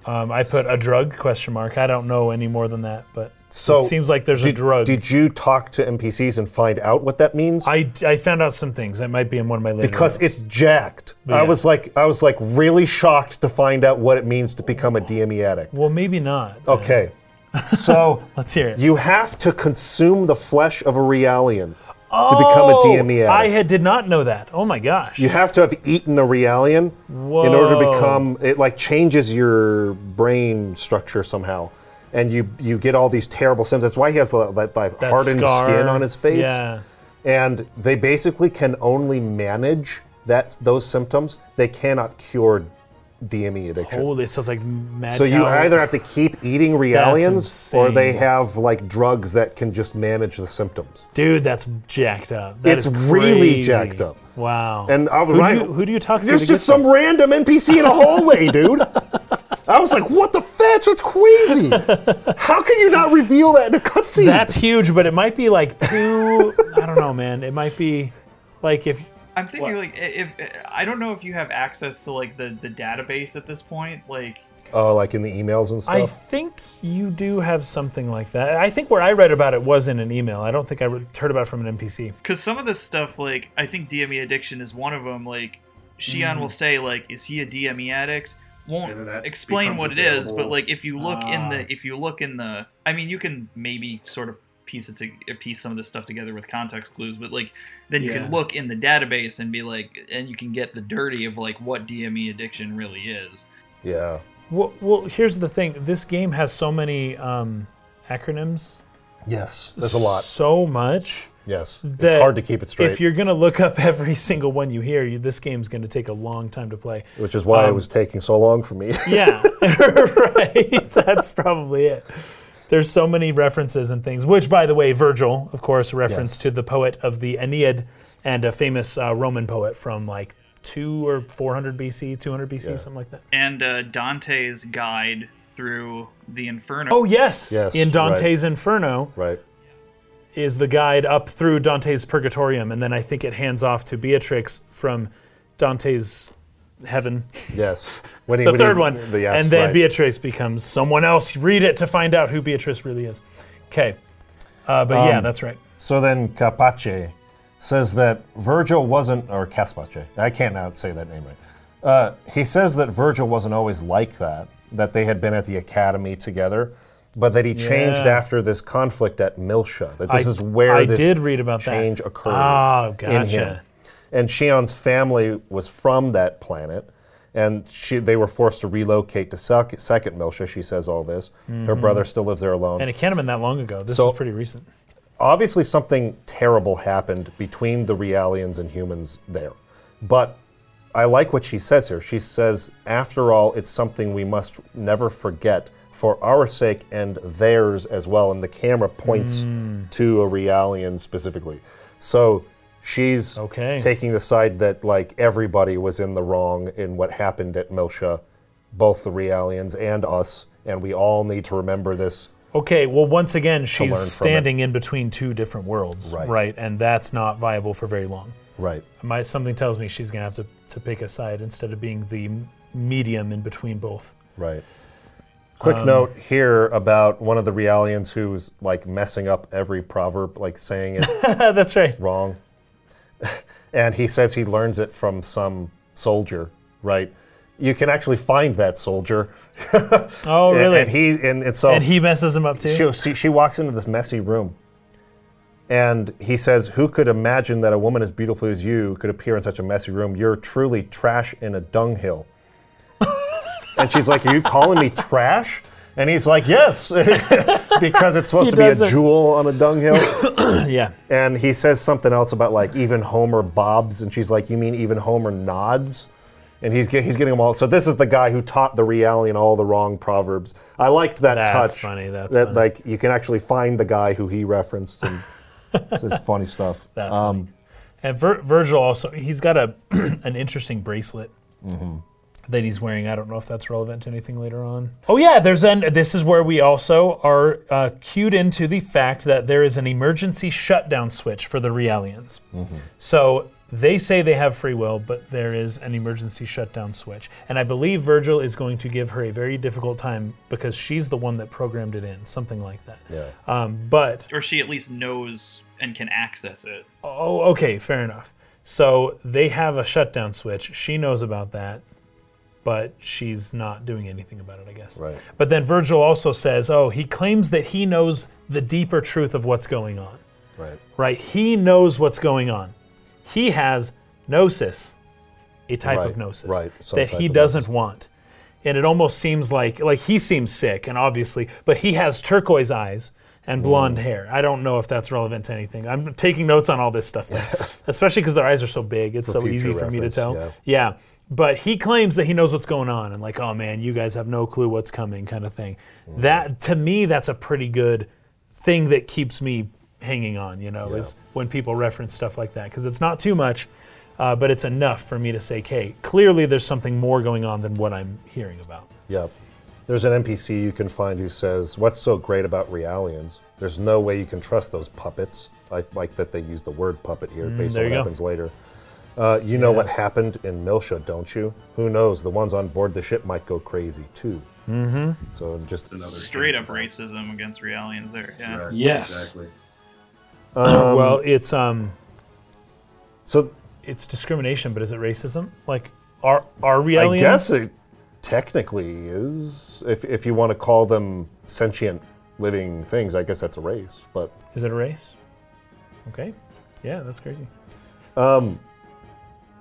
Um, I put a drug question mark. I don't know any more than that, but
So
it seems like there's
did,
a drug.
Did you talk to NPCs and find out what that means?
I, I found out some things. That might be in one of my later.
because
notes.
it's jacked. I
Yeah.
was like, I was like really shocked to find out what it means to become a DME addict.
well, maybe not.
Okay, so
Let's hear it.
Oh, You have to consume the flesh of a realian to become a
Oh,
DME addict.
I had, did not know that. Oh my gosh.
you have to have eaten a realian in order to become it like changes your brain structure somehow. And you you get all these terrible symptoms. That's why he has that, that, that
That
hardened
scar.
skin on his face.
Yeah.
And they basically can only manage that's those symptoms. They cannot cure DME addiction.
Holy, so it's like mad
So you
cow.
either have to keep eating realians, or they
insane.
have like drugs that can just manage the symptoms.
dude, that's jacked up. That
It's
is
really
crazy.
jacked up.
Wow.
And I was
who
right-
Do you, who do you talk to?
There's
to
just
get
some random NPC in a hallway, dude. I was like, what the fetch? That's crazy. How can you not reveal that in a cutscene?
That's huge, but it might be like two. I don't know, man. It might be like if
I'm thinking
What?
like i- if I don't know if you have access to like the the database at this point. Like
Oh, like in the emails and
I
stuff.
think you do have something like that. I think where I read about it was in an email. I don't think I re- heard about it from an NPC.
because some of this stuff, like I think DME addiction is one of them. Like Shion
Mm.
will say, like, is he a DME addict? Won't
And then that
explain
becomes
what it is, but
available.
like if you look in
Ah.
the if you look in the, I mean, you can maybe sort of piece it to uh, piece some of this stuff together with context clues, but like then you
Yeah.
can look in the database and be like, and you can get the dirty of like what DME addiction really is.
yeah.
Well, well, here's the thing. This game has so many um, acronyms.
Yes. There's a lot.
So much.
Yes. It's
that
hard to keep it straight,
If you're gonna look up every single one you hear, you, this game's gonna take a long time to play.
which is why it
um,
was taking so long for me.
Yeah, right. That's probably it. There's so many references and things. Which, by the way, Virgil, of course, reference
Yes.
to the poet of the Aeneid and a famous uh, Roman poet from like two or 400 BC, 200 BC,
Yeah.
something like that.
and uh, Dante's guide through the Inferno.
Oh yes,
Yes,
in Dante's Inferno,
right.
is the guide up through Dante's Purgatorium, and then I think it hands off to Beatrix from Dante's Heaven,
Yes. When he,
the
when he-
third one,
The, yes,
and then
right.
Beatrix becomes someone else. Read it to find out who Beatrix really is. Okay, uh, but
Um,
yeah, that's right.
So then Capace says that Virgil wasn't, or Caspace, I can't now say that name right. Uh, he says that Virgil wasn't always like that, that they had been at the academy together, but that he changed
Yeah.
after this conflict at Milsha, that this
I-
is where
I
this
did read about that.
change occurred
Oh,
in him.
gotcha.
And Shion's family was from that planet, and she, they were forced to relocate to sec- second Milsha. She says all this. Her brother still lives there alone
Mm-hmm. And it can't have been that long ago. This
So-
is pretty recent.
obviously something terrible happened between the Realians and humans there. But I like what she says here. She says, after all, it's something we must never forget for our sake and theirs as well. And the camera points to a Realian specifically. So she's
Okay.
taking the side that like everybody was in the wrong in what happened at Milsha, both the Realians and us, and we all need to remember this.
Okay, well, once again,
learn
she's
from it.
standing in between two different worlds,
Right.
right? And that's not viable for very long.
Right.
My something tells me she's gonna have to, to pick a side instead of being the m- medium in between both.
Right. Quick
Um,
note here about one of the Realians who's like messing up every proverb, like saying it
That's right.
wrong. and he says he learns it from some soldier, right? You can actually find that soldier.
Oh,
And-
really?
And, he and, and so
And he messes him up
she,
too.
she, she walks into this messy room and he says, Who could imagine that a woman as beautiful as you could appear in such a messy room? You're truly trash in a dunghill. and she's like, Are you calling me trash? And he's like, Yes, because it's supposed
He
to be a
doesn't-
jewel on a dunghill.
Yeah.
and he says something else about like even Homer bobs. And she's like, You mean even Homer nods? And he's, get, he's getting them all. So this is the guy who taught the Realian all the wrong proverbs. I liked that
That's
touch
funny. That's
that
funny.
like you can actually find the guy who he referenced and so it's funny stuff
That's
um,
and Vir- Virgil also he's got a an interesting bracelet
Mm-hmm.
that he's wearing. I don't know if that's relevant to anything later on. Oh yeah, there's an. This is where we also are uh, cued into the fact that there is an emergency shutdown switch for the Realians.
Mm-hmm.
So they say they have free will, but there is an emergency shutdown switch. And I believe Virgil is going to give her a very difficult time because she's the one that programmed it in, something like that.
yeah
Um, but
or she at least knows and can access it.
Oh, okay, fair enough. So they have a shutdown switch. She knows about that, but she's not doing anything about it, I guess.
right
But then Virgil also says, oh, he claims that he knows the deeper truth of what's going on,
right
right? He knows what's going on. He has gnosis, a type
Right,
of gnosis
right, some
that
type
he
of
doesn't want. And it almost seems like like he seems sick and obviously, but he has turquoise eyes
Mm.
and blonde hair. I don't know if that's relevant to anything. I'm taking notes on all this stuff, though. especially because their eyes are so big. It's so
future
easy for me to
reference,
tell.
yeah.
Yeah. But he claims that he knows what's going on and like, oh man, you guys have no clue what's coming kind of thing. That to me that's a pretty good thing that keeps me hanging on, you know, is when people reference stuff like that cuz it's not too much, uh, but it's enough for me to say, "Okay, clearly there's something more going on than what I'm hearing about."
yeah there's an npc you can find who says what's so great about realians there's no way you can trust those puppets i like that they use the word puppet here based on
there
what
you go.
happens later Uh, you know what happened in Milsha, don't you? Who knows? The ones on board the ship might go crazy too. Mm-hmm. So just
Another
Straight up racism against realians there. Yeah.
Right,
Yes.
Exactly.
well, it's um,
so
it's discrimination, but is it racism? Like, are are
I
realians?
guess it technically is. If if you want to call them sentient living things, I guess that's a race. But
Is it a race? Okay. Yeah, that's crazy.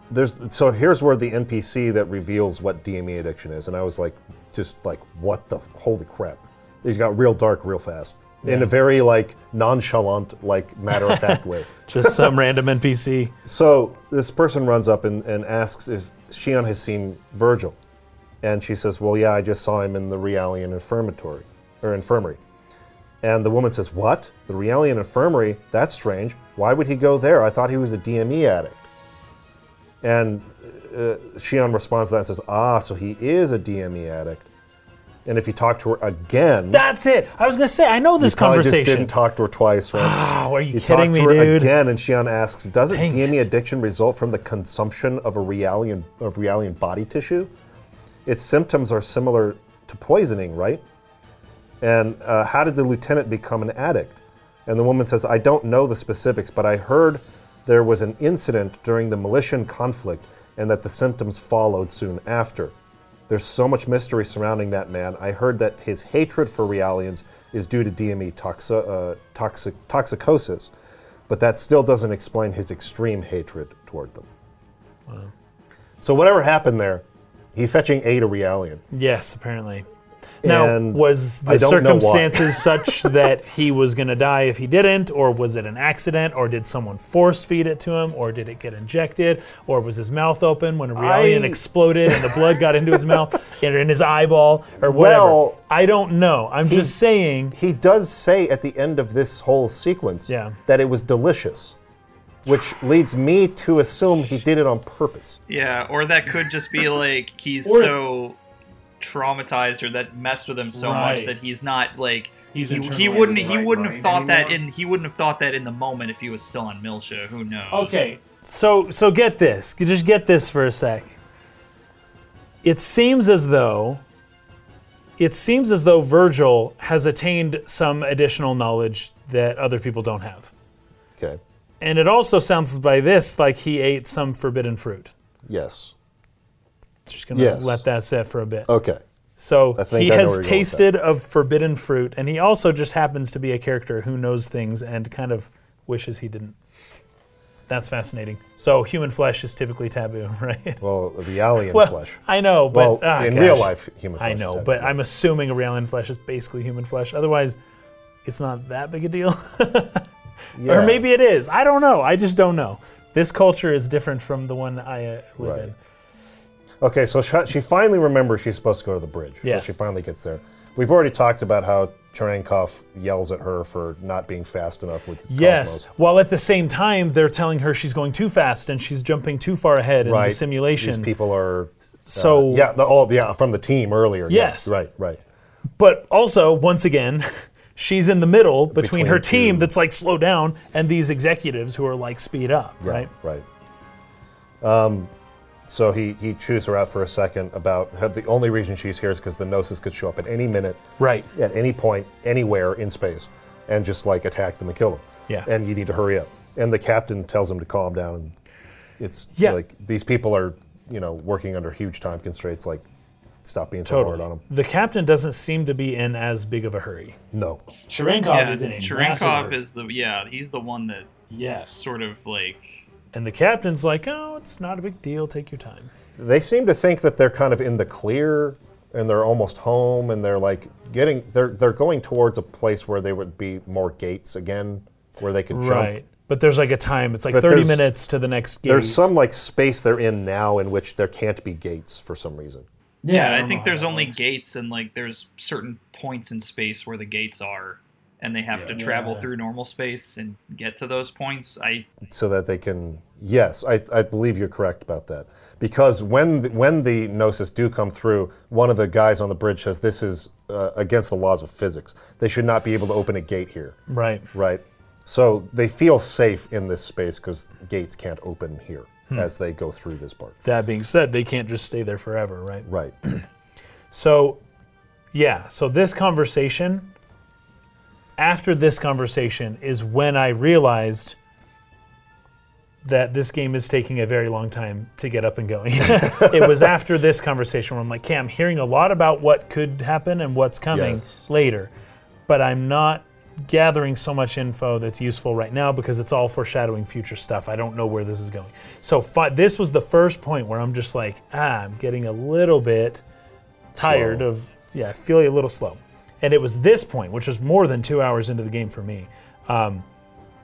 there's so here's where the NPC that reveals what DME addiction is, and I was like, just like, what the holy crap? It got real dark real fast in a very like nonchalant, like matter of fact way.
Just some random NPC.
So this person runs up and, and asks if Shion has seen Virgil. And she says, Well, yeah, I just saw him in the Realian infirmatory or infirmary. And the woman says, What? The Realian infirmary? That's strange. Why would he go there? I thought he was a DME addict. And uh, Shion responds to that and says, Ah, so he is a DME addict. And if you talk to her again,
That's it. I was gonna say I know this
you probably just
conversation.
didn't talk to her twice, right?
oh, are you,
You
kidding
talk
me,
to her
dude?
again, and Shion asks, "Doesn't
Dang
DME
it.
addiction result from the consumption of a realian of realian body tissue? Its symptoms are similar to poisoning, right? And uh, how did the lieutenant become an addict?" And the woman says, "I don't know the specifics, but I heard there was an incident during the Militian conflict, and that the symptoms followed soon after." There's so much mystery surrounding that man. I heard that his hatred for Realians is due to DME toxi- uh, toxic- toxicosis, but that still doesn't explain his extreme hatred toward them. So whatever happened there, he fetching A to Realian.
Yes, apparently. Now,
And
was the
I don't know why.
circumstances such that he was going to die if he didn't, or was it an accident, or did someone force feed it to him, or did it get injected, or was his mouth open when a realian
I-
exploded and the blood got into his mouth and in his eyeball, or whatever?
Well,
I don't know. I'm just saying.
He does say at the end of this whole sequence
Yeah.
that it was delicious, which leads me to assume he did it on purpose.
Yeah, or that could just be like he's
Or-
so traumatized or that messed with him so
Right.
much that he's not like
He's
he, he
internalized
wouldn't
his
he
right
wouldn't have
mind
thought that
anymore.
in he wouldn't have thought that in the moment if he was still on Milsha. Who knows?
Okay.
So, so get this. Just get this for a sec. It seems as though it seems as though Virgil has attained some additional knowledge that other people don't have.
Okay.
And it also sounds by this like he ate some forbidden fruit.
Yes.
Just gonna
Yes.
let that set for a bit.
Okay.
so
think
he
I know where you're going
has
with that.
tasted of forbidden fruit, and he also just happens to be a character who knows things and kind of wishes he didn't. That's fascinating. So human flesh is typically taboo, right?
Well, Realian flesh.
I know,
Well,
but ah,
in
gosh.
real life, human flesh.
I
is
know,
dead.
but I'm assuming a real flesh is basically human flesh. Otherwise, it's not that big a deal.
Yeah.
or maybe it is. I don't know. I just don't know. This culture is different from the one I uh, live
Right.
in.
Okay, so she, she finally remembers she's supposed to go to the bridge.
Yes.
So she finally gets there. We've already talked about how Cherenkov yells at her for not being fast enough with
Yes,
Cosmos.
while at the same time they're telling her she's going too fast and she's jumping too far ahead in
Right.
the simulation.
These people are.
so,
yeah, the, oh, yeah, from the team earlier.
Yes.
Right, right.
but also once again, she's in the middle between,
Between
her
two.
team that's like slow down and these executives who are like speed up,
Yeah,
right?
Right. Um, so he, he chews her out for a second about how the only reason she's here is because the Gnosis could show up at any minute,
Right.
at any point, anywhere in space, and just like attack them and kill them.
Yeah.
And you need to hurry up. And the captain tells him to calm down. And it's
Yeah.
like these people are, you know, working under huge time constraints. Like, stop being so hard on them.
The captain doesn't seem to be in as big of a hurry.
No.
Cherenkov
Yeah,
is in a
Cherenkov
massive-
is the yeah he's the one that
yes.
sort of like
And the captain's like, oh, it's not a big deal. Take your time.
They seem to think that they're kind of in the clear and they're almost home and they're like getting they're they're going towards a place where they would be more gates again where they could jump.
Right. But there's like a time. It's like
But
30
there's-
minutes to the next gate.
There's some like space they're in now in which there can't be gates for some reason.
I
yeah I,
don't know
think
how
there's
that
only
works.
gates and like there's certain points in space where the gates are and they have to travel
Yeah.
through normal space and get to those points. I
so that they can. Yes, I, I believe you're correct about that. Because when the, when the gnosis do come through, one of the guys on the bridge says this is uh, against the laws of physics. They should not be able to open a gate here,
Right.
right? So they feel safe in this space because gates can't open here. as they go through this part.
That being said, they can't just stay there forever, right?
Right.
So, yeah, so this conversation, after this conversation, is when I realized that this game is taking a very long time to get up and going. it was after this conversation where I'm like, okay, I'm hearing a lot about what could happen and what's coming
Yes.
later, but I'm not gathering so much info that's useful right now because it's all foreshadowing future stuff. I don't know where this is going. So, fi- this was the first point where I'm just like, ah, I'm getting a little bit tired
Slow.
of yeah, I feel a little slow. And it was this point, which was more than two hours into the game for me. Um,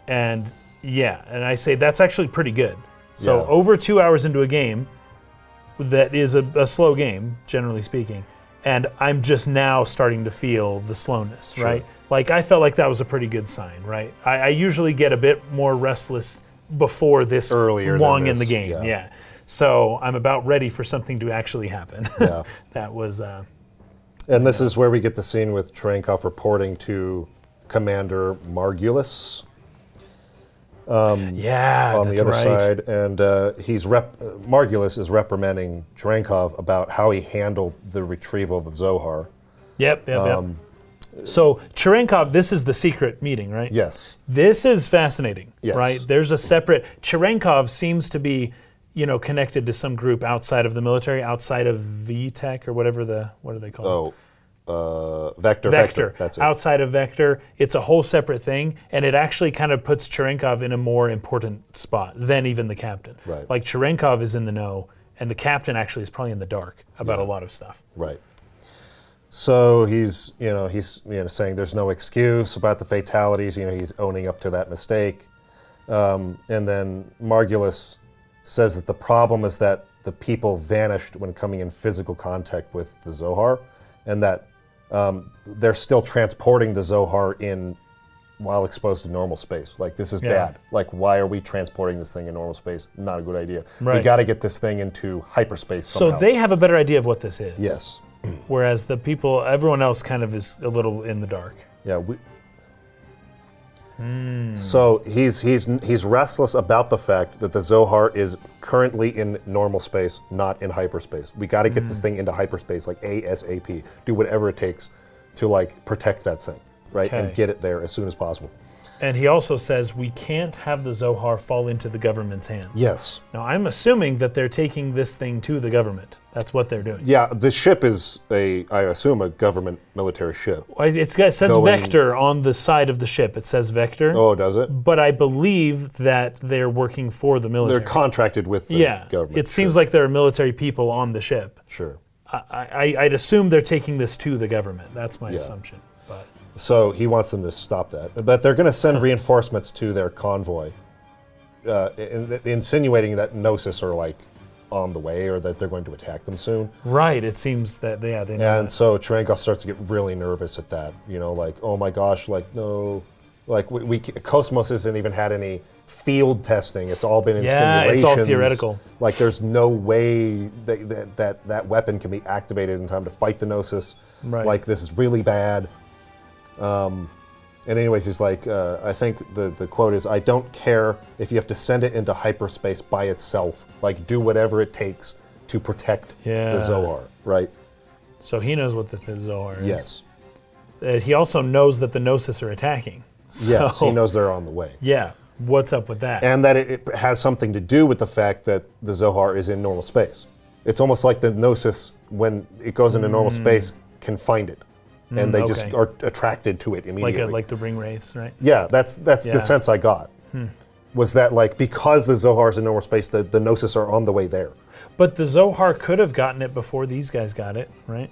and yeah, and I say that's actually pretty good. So
Yeah.
over two hours into a game that is a, a slow game, generally speaking, and I'm just now starting to feel the slowness, right? Like I felt like that was a pretty good sign, right? I, I usually get a bit more restless before this
Earlier than
long
this,
in the game,
yeah.
yeah. So I'm about ready for something to actually happen.
Yeah.
that was uh,
And this is where we get the scene with Trenkov reporting to Commander Margulis
Yeah,
on
that's
the other
right.
side, and uh, he's rep- uh, Margulis is reprimanding Trenkov about how he handled the retrieval of the Zohar.
Yep, yep,
um,
yep. So Cherenkov, this is the secret meeting, right?
Yes,
This is fascinating,
Yes.
right? There's a separate. Cherenkov seems to be, you know, connected to some group outside of the military, outside of VTech or whatever the what are they called?
Oh, uh, Vector,
Vector.
That's it.
Outside of Vector, it's a whole separate thing, and it actually kind of puts Cherenkov in a more important spot than even the captain.
Right.
Like Cherenkov is in the know, and the captain actually is probably in the dark about a lot of stuff.
Right. So he's, you know, he's you know saying there's no excuse about the fatalities. You know, he's owning up to that mistake. Um, and then Margulis says that the problem is that the people vanished when coming in physical contact with the Zohar, and that um, they're still transporting the Zohar in while exposed to normal space. Like this is
Yeah.
bad. Like why are we transporting this thing in normal space? Not a good idea. We
Right.
got to get this thing into hyperspace
So
somehow.
they have a better idea of what this is.
yes.
Whereas the people, everyone else kind of is a little in the dark.
Yeah, we.
Hmm.
So he's he's he's restless about the fact that the Zohar is currently in normal space, not in hyperspace. We got to get
Hmm.
this thing into hyperspace, like ASAP. Do whatever it takes to like protect that thing, right, and
Okay.
get it there as soon as possible.
And he also says, we can't have the Zohar fall into the government's hands.
Yes.
Now, I'm assuming that they're taking this thing to the government. That's what they're doing.
Yeah, the ship is a, I assume, a government military ship.
Well, It's got, it says
Going-
Vector on the side of the ship. It says Vector.
Oh, does it?
But I believe that they're working for the military.
They're contracted with the
yeah.
government.
It seems like there are military people on the ship.
sure.
I, I, I'd assume they're taking this to the government. That's my assumption. But
So he wants them to stop that. But they're going to send reinforcements to their convoy, uh, in, insinuating that Gnosis are like on the way or that they're going to attack them soon.
Right. It seems that yeah they know
And so Cherenkov starts to get really nervous at that. You know, like, oh my gosh, like, no. Like, we, we Cosmos hasn't even had any field testing. It's all been in
Yeah,
simulations.
it's all theoretical.
Like, there's no way that that, that that weapon can be activated in time to fight the Gnosis.
Right.
Like, this is really bad. Um, and, anyways, he's like, uh, I think the, the quote is I don't care if you have to send it into hyperspace by itself. Like, do whatever it takes to protect
Yeah.
the Zohar, right?
So he knows what the Th- Zohar is.
Yes.
Uh, he also knows that the Gnosis are attacking. So,
Yes, he knows they're on the way.
Yeah. What's up with that?
And that it, it has something to do with the fact that the Zohar is in normal space. It's almost like the Gnosis, when it goes into normal space, can find it. And they just
Mm. okay.
are attracted to it
like
immediately.
a, like the ring wraiths, right?
yeah, that's, that's
Yeah. Hmm.
the sense I got. Was that like because the Zohar is in normal space, the, the Gnosis are on the way there?
But the Zohar could have gotten it before these guys got it, right?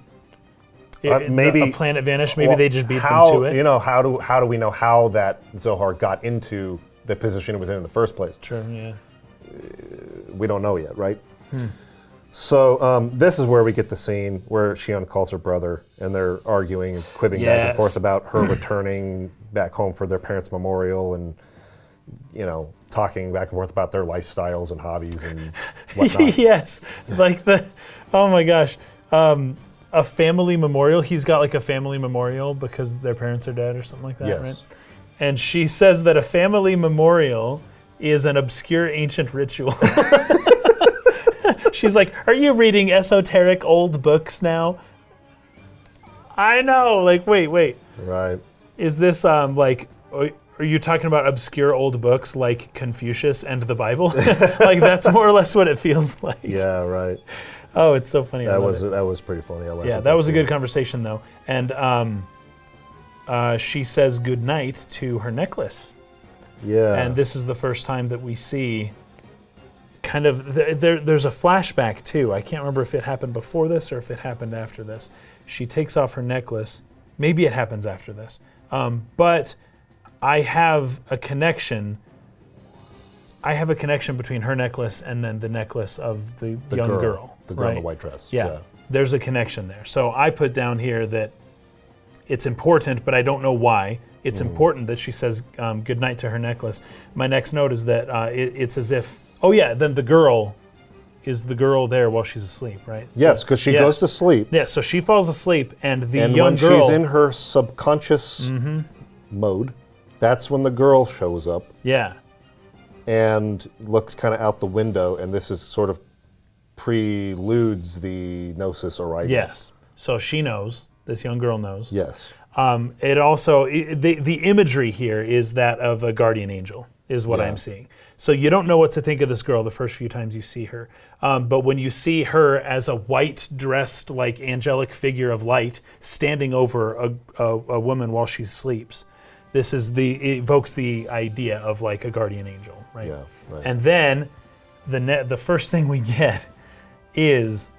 It-
Uh,
it- the-
maybe-
a planet vanished. Maybe
Well,
they just beat
how,
them to it.
You know, how do, how do we know how that Zohar got into the position it was in in the first place?
Sure, yeah.
we don't know yet, right? So um, this is where we get the scene where Shion calls her brother, and they're arguing and quibbing back and
Yes.
forth about her returning back home for their parents' memorial, and you know, talking back and forth about their lifestyles and hobbies and whatnot.
yes, like the, oh my gosh, um, a family memorial. He's got like a family memorial because their parents are dead or something like that,
Yes.
right? And she says that a family memorial is an obscure ancient ritual. She's like, Are you reading esoteric old books now? I know. Like, wait, wait.
Right.
Is this um like are are you talking about obscure old books like Confucius and the Bible? like that's more or less what it feels like.
Yeah. Right.
Oh, it's so funny. I
That
love
was
it.
that was pretty funny. I laughed
yeah,
at
that was a
too.
good conversation though. And um, uh, she says goodnight to her necklace.
Yeah.
and this is the first time that we see kind of th- there there's a flashback too i can't remember if it happened before this or if it happened after this she takes off her necklace maybe it happens after this um, but i have a connection i have a connection between her necklace and then the necklace of the,
the
young girl,
the girl in the
right?
white dress.
yeah, there's a connection there so i put down here that it's important but i don't know why it's
Mm.
important that she says um, goodnight to her necklace my next note is that uh, it, it's as if oh yeah then the girl is the girl there while she's asleep right
Yes, because she
Yeah.
goes to sleep,
yeah so she falls asleep and the
and when
young girl Mm-hmm.
she's in her subconscious mode, that's when the girl shows up
yeah
and looks kind of out the window, and this is sort of preludes the gnosis arrival.
yes so she knows this young girl knows
Yes.
Um, it also i the the imagery here is that of a guardian angel is what
Yeah.
I'm seeing. So you don't know what to think of this girl the first few times you see her, um, but when you see her as a white dressed like angelic figure of light standing over a, a, a woman while she sleeps, this is the it evokes the idea of like a guardian angel, right?
Yeah. Right.
And then the ne- the first thing we get is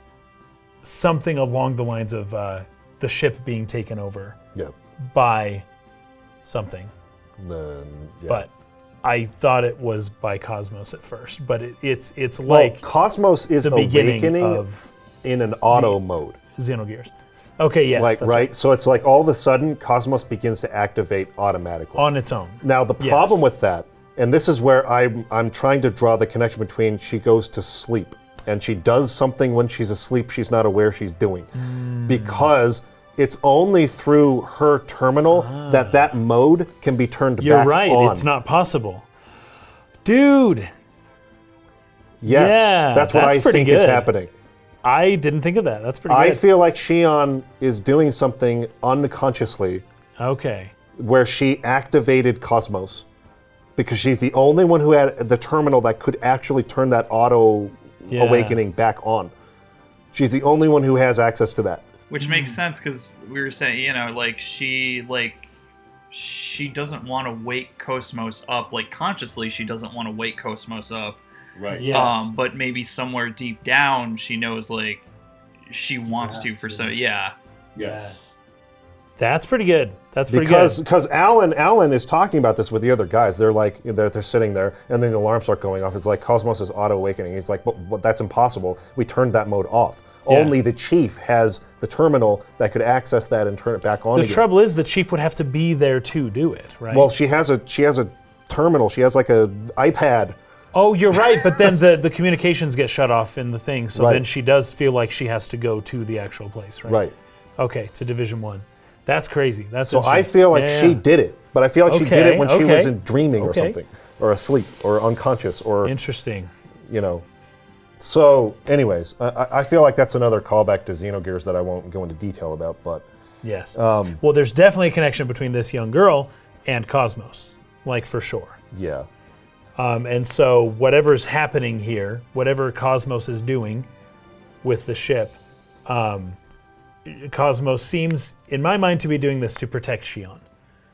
something along the lines of uh, the ship being taken over
yeah.
by something,
The, yeah.
but I thought it was by Cosmos at first. But it, it's it's
Well,
like
Cosmos is
the beginning
awakening
of
in an auto mode.
Xenogears. Okay, yes,
Like
that's
right, so it's like all of a sudden Cosmos begins to activate automatically.
on its own.
Now the
Yes.
problem with that, and this is where I'm I'm trying to draw the connection between she goes to sleep and she does something when she's asleep she's not aware she's doing,
Hmm.
because it's only through her terminal that that mode can be turned
Ah. You're
back
right.
on.
It's not possible, dude.
Yes,
Yeah,
that's what
that's
I
pretty
think is
good.
happening.
I didn't think of that. That's pretty
I
good.
feel like Shion is doing something unconsciously
okay.
where she activated Cosmos because she's the only one who had the terminal that could actually turn that auto
Yeah.
awakening back on. She's the only one who has access to that.
Mm.
which makes sense because we were saying you know like she like she doesn't want to wake cosmos up like consciously she doesn't want to wake cosmos up
Right.
Yes.
um but maybe somewhere deep down she knows like she wants to
have
for
to.
so yeah
Yes.
That's pretty good. That's pretty
Because
good.
because Alan Alan is talking about this with the other guys. They're like they're, they're sitting there and then the alarms start going off. It's like Cosmos is auto awakening. He's like, but, but that's impossible. We turned that mode off.
Yeah.
Only the chief has the terminal that could access that and turn it back on
The
again.
trouble is the chief would have to be there to do it, right?
well, she has a she has a terminal. She has like a iPad.
Oh, you're right, but then the, the communications get shut off in the thing, so
Right.
then she does feel like she has to go to the actual place, right?
Right.
Okay, to Division One. That's crazy. That's
So I
interesting.
feel like
Yeah,
she
yeah.
did it, but I feel like she did
Okay,
it when she was
okay,
in dreaming or
okay.
something, or asleep, or unconscious, or
Interesting.
you know. So, anyways, I- I, I feel like that's another callback to Xenogears that I won't go into detail about, but
Yes.
Um,
well, there's definitely a connection between this young girl and Cosmos, like for sure.
yeah,
Um, and so whatever's happening here, whatever Cosmos is doing with the ship, um, Cosmos seems, in my mind, to be doing this to protect Shion.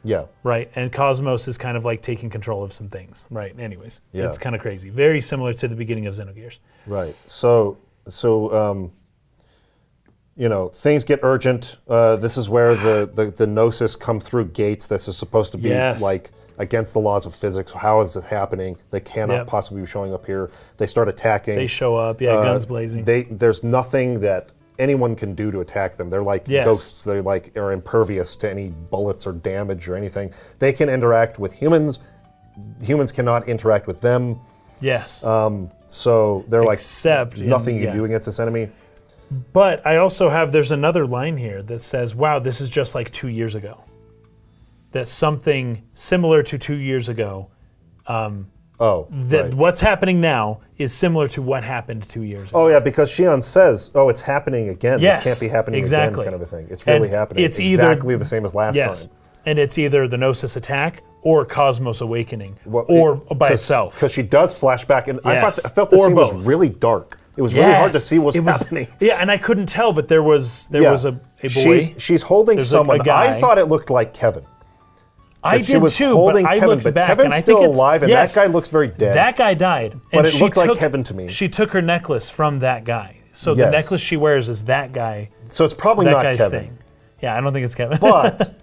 yeah,
right? And Cosmos is kind of like taking control of some things, right? Anyways,
Yeah.
it's kind of crazy. Very similar to the beginning of Xenogears.
right. So, so um, you know, things get urgent. Uh, this is where the, the the gnosis come through gates. This is supposed to be
Yes.
like against the laws of physics. How is this happening? They cannot
Yep.
possibly be showing up here. They start attacking.
They show up, yeah,
Uh,
guns blazing.
They there's nothing that anyone can do to attack them. They're like
Yes.
ghosts. They like are impervious to any bullets or damage or anything. They can interact with humans. Humans cannot interact with them.
yes,
So they're like
except in-
nothing you
yeah.
can do against this enemy.
But I also have there's another line here that says, "Wow, this is just like two years ago." That something similar to two years ago
Oh,
that
right.
what's happening now is similar to what happened two years ago.
oh yeah, because Shion says, "Oh, it's happening again.
Yes,
this can't be happening
exactly.
again," kind of a thing. It's
And
really happening.
it's either-
exactly the same as last
yes.
time.
And it's either the Gnosis attack or Cosmos Awakening or by itself.
Because she does flashback, and I, thought
Yes.
I felt the
Or
scene
both.
was really dark. It was really hard to
Yes.
see what's
It was-
happening.
Yeah, and I couldn't tell, but there was there was a, a boy.
She's, she's holding
a- a
someone.
guy.
I thought it looked like Kevin.
I
But
did
she was
too,
holding
but I
Kevin,
looked
but
back and
Kevin's
I think
still
it's-
alive, and
yes.
that guy looks very dead.
That guy died. And
But it
she
looked like
took-
Kevin to me.
She took her necklace from that guy. So the
Yes.
necklace she wears is that guy.
so it's probably
That
not
guy's
Kevin.
thing. Yeah, I don't think it's Kevin.
But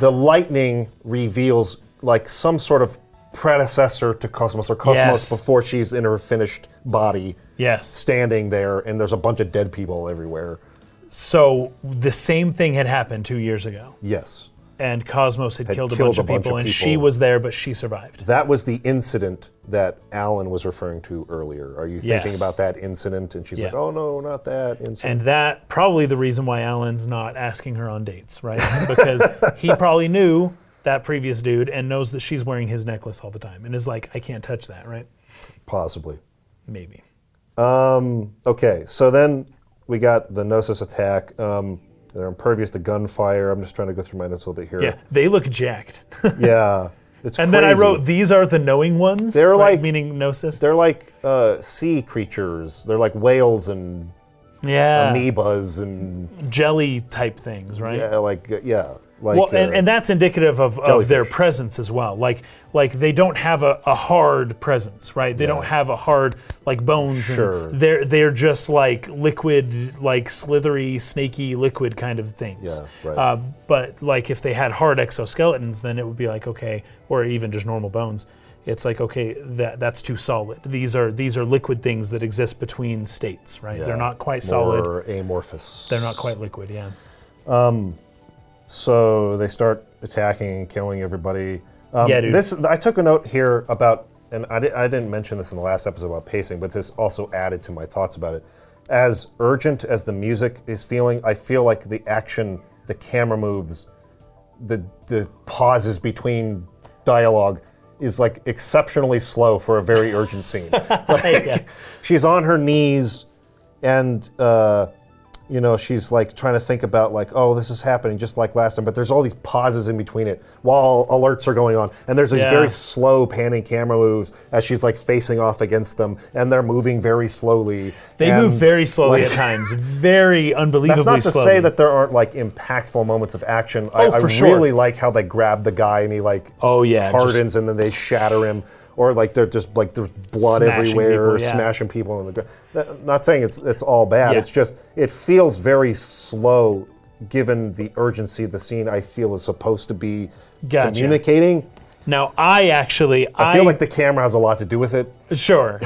the lightning reveals like some sort of predecessor to Cosmos or Cosmos
Yes.
before she's in her finished body,
yes.
standing there, and there's a bunch of dead people everywhere.
So the same thing had happened two years ago,
Yes.
and Cosmos had, killed,
killed
a bunch of people, and she
people.
was there, but she survived.
That was the incident that Alan was referring to earlier. Are you thinking
Yes.
about that incident? And she's like,
Yeah.
oh no, not that incident.
And that probably the reason why Alan's not asking her on dates, right? Because he probably knew that previous dude and knows that she's wearing his necklace all the time, and is like, I can't touch that, right?
Possibly.
Maybe.
Okay, so then we got the Gnosis attack. Um, they're impervious to gunfire. I'm just trying to go through my notes a little bit here.
Yeah, they look jacked.
Yeah, It's
And then I
crazy.
wrote, "These are the knowing ones."
They're
right,
like-
meaning gnosis.
They're like uh, sea creatures. They're like whales and
yeah,
amoebas and
jelly type things, right?
uh, like uh, yeah, like
Well, and,
uh,
and that's indicative of, of their
jellyfish.
presence as well. Like, like they don't have a, a hard presence, right? They don't have a hard like bones. and
Sure.
they're they're just like liquid, like slithery, snaky liquid kind of things.
Yeah, right.
Uh, but like if they had hard exoskeletons, then it would be like okay, or even just normal bones. It's like okay, that that's too solid. These are these are liquid things that exist between states, right?
yeah,
They're not quite solid.
More amorphous.
They're not quite liquid. Yeah.
So they start attacking and killing everybody. Um,
Yeah, dude.
This I took a note here about, and I, di- I didn't mention this in the last episode about pacing, but this also added to my thoughts about it. As urgent as the music is feeling, I feel like the action, the camera moves, the the pauses between dialogue is like exceptionally slow for a very urgent scene. Like, She's on her knees, and uh, you know she's like trying to think about like, oh, this is happening just like last time. But there's all these pauses in between it while alerts are going on, and there's these
Yeah.
very slow panning camera moves as she's like facing off against them, and they're moving very slowly.
They
and,
move very slowly
like-
at times, very unbelievably
that's not to
slowly.
say that there aren't like impactful moments of action. I,
Oh, for
I
sure.
really like how they grab the guy and he like
Oh, yeah, just-
hardens and then they shatter him, or like they're just like there's blood
Smashing
everywhere,
people, yeah.
smashing people in the ground. That- Not saying it's it's all bad.
Yeah.
It's just it feels very slow given the urgency of the scene. I feel is supposed to be
Gotcha.
communicating.
now I actually I,
I feel like the camera has a lot to do with it.
sure.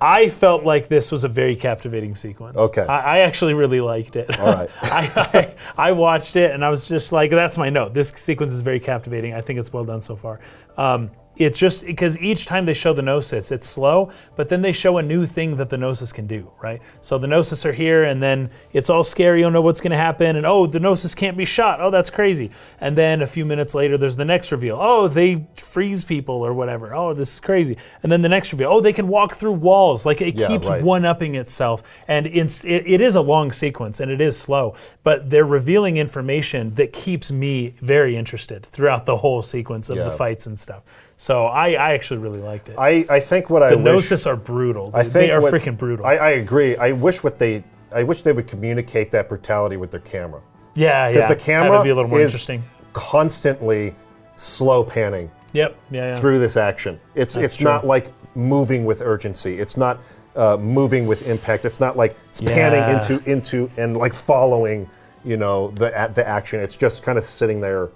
I felt like this was a very captivating sequence.
Okay.
I, I actually really liked it.
All right.
I, I, I watched it and I was just like, that's my note. This sequence is very captivating. I think it's well done so far. Um, it's just because each time they show the gnosis, it's slow, but then they show a new thing that the gnosis can do, right? So the gnosis are here, and then it's all scary. You don't know what's going to happen, and oh, the gnosis can't be shot. Oh, that's crazy. And then a few minutes later, there's the next reveal. Oh, they freeze people or whatever. Oh, this is crazy. And then the next reveal. Oh, they can walk through walls. Like it
Yeah,
keeps
right.
one one upping itself. And it's, it, it is a long sequence and it is slow, but they're revealing information that keeps me very interested throughout the whole sequence of the
Yeah.
fights and stuff. So I, I actually really liked it.
I, I think what I
the
wish
Gnosis are brutal. dude.
I think
they are
what-
freaking brutal.
I, I agree. I wish what they I wish they would communicate that brutality with their camera.
yeah, yeah.
Because the camera
that would be a little more
is
interesting.
constantly slow panning
Yep. Yeah. yeah.
through this action. It's it's
true.
not like moving with urgency. It's not uh, moving with impact. It's not like it's panning
Yeah.
into into and like following you know the at the action. It's just kind of sitting there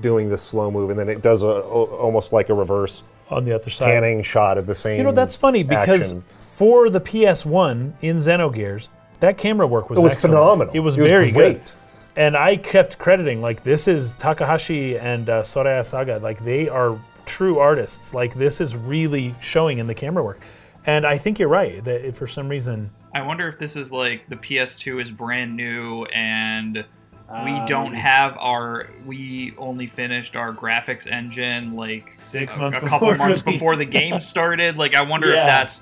doing this slow move, and then it does a, o- almost like a reverse
on the other side.
panning shot of the same.
You know, that's funny because
action.
for the PS1 in Xenogears, that camera work was
It was
excellent.
phenomenal.
It was
It was
very good.
great.
And I kept crediting, like, this is Takahashi and uh, Soraya Saga. Like, they are true artists. Like, this is really showing in the camera work. And I think you're right that if for some reason,
I wonder if this is like the PS2 is brand new and we
Um,
don't have our. We only finished our graphics engine like
six
a,
months
a couple
before
months
release.
before the game started. Like, I wonder
Yeah.
if that's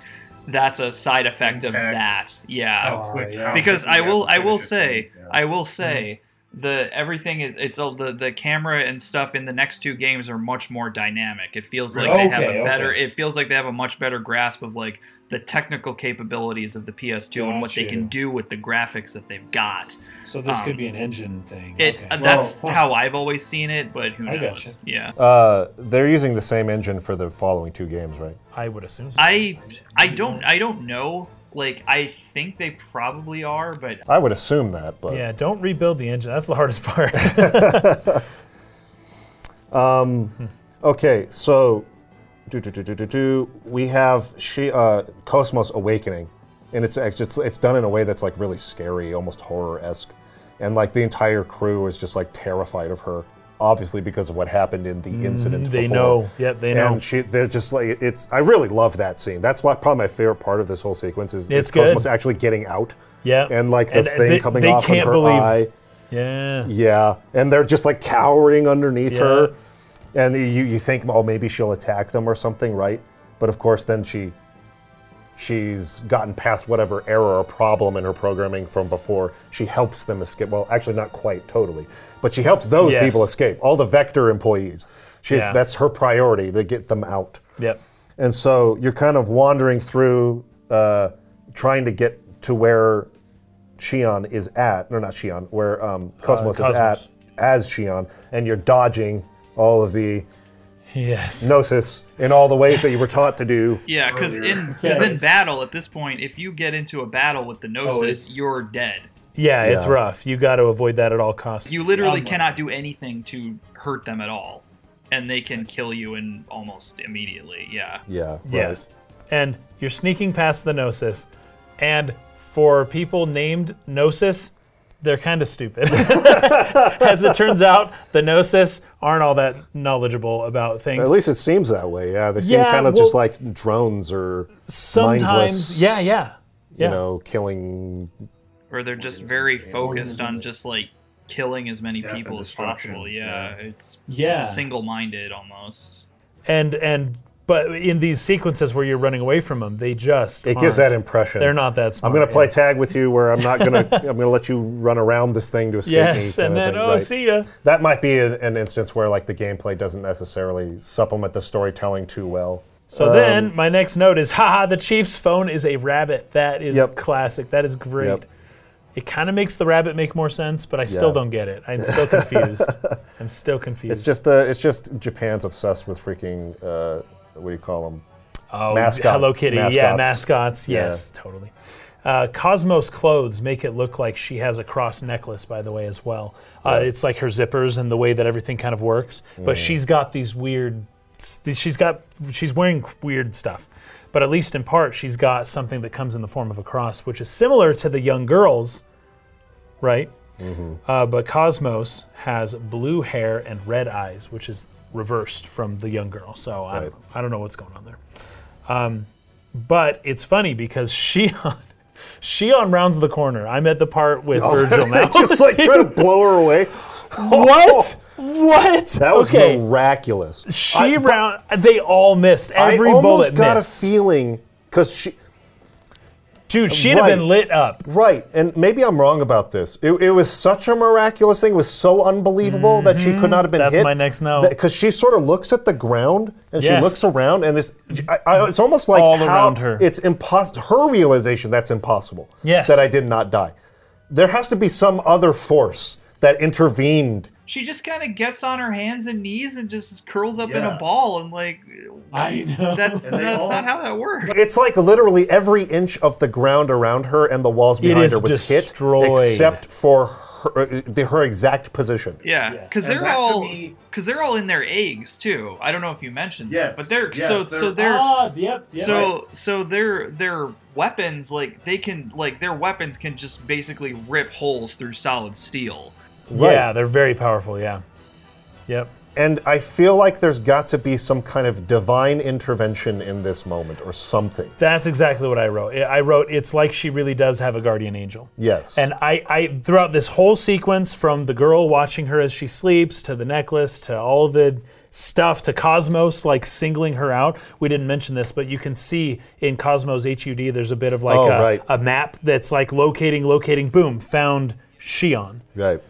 that's a side effect of
Impacts.
that. Yeah,
How quick-
yeah.
how
because
quick
I
we have
will.
to
I will
finish it,
say.
so, yeah.
I will say.
Mm-hmm.
The everything is it's all the the camera and stuff in the next two games are much more dynamic. It feels like they have
Okay,
a
okay.
better. It feels like they have a much better grasp of like the technical capabilities of the PS2 and what they
Gotcha.
can do with the graphics that they've got.
So this
um,
could be an engine thing.
It
okay.
uh, that's
Well, huh.
how I've always seen it, but who
I
knows?
gotcha.
Yeah,
Uh, they're using the same engine for the following two games, right?
I would assume. So.
I I don't I don't know. Like I think they probably are, but
I would assume that, but
Yeah, don't rebuild the engine. That's the hardest part.
okay. So, do do do do do do. We have she uh, Cosmos Awakening, and it's act- it's it's done in a way that's like really scary, almost horror esque, and like the entire crew is just like terrified of her, obviously because of what happened in the incident.
Mm, they
before.
know. Yep, they know.
And she, they're just like it's. I really love that scene. That's what probably my favorite part of this whole sequence is,
It's
is Cosmos
good.
actually getting out.
Yeah.
And like the
And, uh,
thing
they-
coming
they
off of
can't
her
believe-
eye.
yeah.
Yeah. And they're just like cowering underneath
Yeah.
her. And you, you think, oh, maybe she'll attack them or something, right? But of course, then she she's gotten past whatever error or problem in her programming from before. She helps them escape. Well, actually, not quite totally, but she helps those
Yes.
people escape. All the Vector employees. She's
Yeah.
that's her priority to get them out.
Yep.
And so you're kind of wandering through, uh, trying to get to where Shion is at, no, not Shion, where um, Cosmos,
Uh, Cosmos.
is at as Shion, and you're dodging all of the
Yes.
gnosis in all the ways that you were taught to do.
yeah, Oh, because in because in battle at this point, if you get into a battle with the Gnosis,
it's-
you're dead.
Yeah, it's
Yeah.
rough. You got to avoid that at all costs.
You literally
I'm like-
cannot do anything to hurt them at all, and they can kill you in almost immediately. Yeah.
Yeah. right.
Yes. And you're sneaking past the Gnosis. And for people named Gnosis, they're kind of stupid. As it turns out, the Gnosis aren't all that knowledgeable about things.
At least it seems that way. Yeah. They seem
Yeah,
kind of just
well-
like drones or
Sometimes,
mindless,
yeah, yeah. Yeah.
you know, killing.
Or they're just very focused on just like killing as many
Death and
people as
destruction,
possible.
yeah.
Yeah, it's
Yeah.
single-minded almost.
and and but in these sequences where you're running away from them, they just
It gives
aren't.
that impression.
They're not that smart.
I'm gonna
yeah.
play tag with you where I'm not gonna. I'm gonna let you run around this thing to escape me.
Yes,
kinda
and then
thing,
oh,
right.
see ya.
That might be an, an instance where like the gameplay doesn't necessarily supplement the storytelling too well.
So
Um,
then my next note is, haha, the Chiefs' phone is a rabbit. That is
Yep.
classic. That is great.
Yep.
It kind of makes the rabbit make more sense, but I still
Yeah.
don't get it. I'm still confused. I'm still confused.
It's just uh, it's just Japan's obsessed with freaking uh, what do you call them?
oh,
mascot-
Hello Kitty. Yeah,
mascots.
mascots.
Yeah.
Yes, totally. Uh, Cosmos clothes make it look like she has a cross necklace, by the way, as well. Uh, It's like her zippers and the way that everything kind of works. But
Mm.
she's got these weird. She's got. She's wearing weird stuff. But at least in part, she's got something that comes in the form of a cross, which is similar to the young girls, right? Uh, but Cosmos has blue hair and red eyes, which is reversed from the young girl. So I,
Right.
I don't know what's going on there. Um, but it's funny because Shion, Shion rounds the corner. I'm at the part with
Oh.
Virgil now.
just like try to blow her away.
what? What?
Oh. That was
okay.
miraculous.
she round. They all missed. Every
I almost
bullet
got
missed.
a feeling because she
Dude, she'd have been lit up.
right, and maybe I'm wrong about this. It, it was such a miraculous thing, it was so unbelievable that she could not have been
Mm-hmm. That's
hit.
my next note.
because she sort of looks at the ground and she
Yes.
looks around and this I, I, it's almost like
All
how
around her.
it's impossible her realization that's impossible
Yes.
that i did not die there has to be some other force that intervened
She just kind of gets on her hands and knees and just curls up in
Yeah.
a ball and like
I know.
that's
And they
that's
all-
not how that works.
it's like literally every inch of the ground around her and the walls behind
is
her was
destroyed.
hit except for her, uh, the, her exact position
Yeah, because
And
they're
that to
all
me-
because they're all in their eggs too. I don't know if you mentioned
Yes,
that, but they're
yes,
so
they're-
so they're
Ah, yep, yep.
so so their their weapons like they can like their weapons can just basically rip holes through solid steel.
Right.
Yeah, they're very powerful. Yeah. Yep.
And I feel like there's got to be some kind of divine intervention in this moment or something.
That's exactly what I wrote. I I wrote it's like she really does have a guardian angel.
Yes.
And I, I throughout this whole sequence, from the girl watching her as she sleeps to the necklace to all the stuff to Cosmos like singling her out. We didn't mention this, but you can see in Cosmos HUD there's a bit of like
Oh,
a,
right.
a map that's like locating, locating, boom, found Shion
right.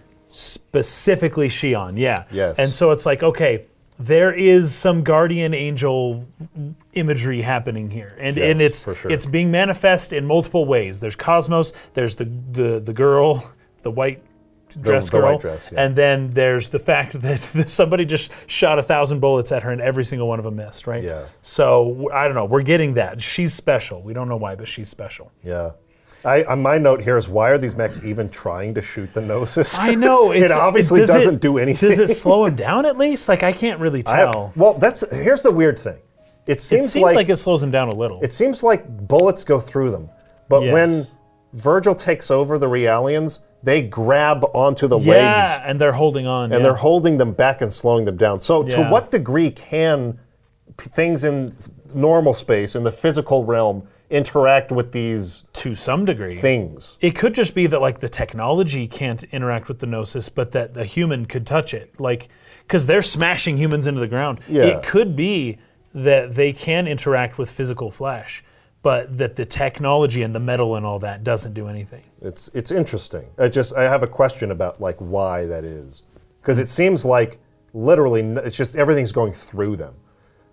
specifically Shion, yeah.
Yes.
And so it's like, okay, there is some guardian angel imagery happening here. And and
Yes,
it's
for sure.
it's being manifest in multiple ways. There's Cosmos, there's the the, the girl, the white dress
the
girl.
white dress, yeah.
And then there's the fact that somebody just shot a thousand bullets at her and every single one of them missed, right?
Yeah.
So w- I don't know. We're getting that. She's special. We don't know why, but she's special.
Yeah. I, I, my note here is why are these mechs even trying to shoot the Gnosis?
I know.
it
It's,
obviously
does it-
does not do anything.
Does it slow him down at least? Like I can't really
I-
tell.
well, that's here's the weird thing. It
it
seems,
seems like, it slows him down a little.
it seems like bullets go through them, but when
Yes.
Virgil takes over the Realians, they grab onto the legs
yeah, and they're holding on.
and they're holding them back and slowing them down. So,
Yeah.
to what degree can p- things in f- normal space, in the physical realm, interact with these
to some degree.
things?
it could just be that like the technology can't interact with the gnosis, but that the human could touch it, like because they're smashing humans into the ground.
Yeah.
It could be that they can interact with physical flesh, but that the technology and the metal and all that doesn't do anything.
It's it's interesting. I just I have a question about like why that is, because it seems like literally n- it's just everything's going through them,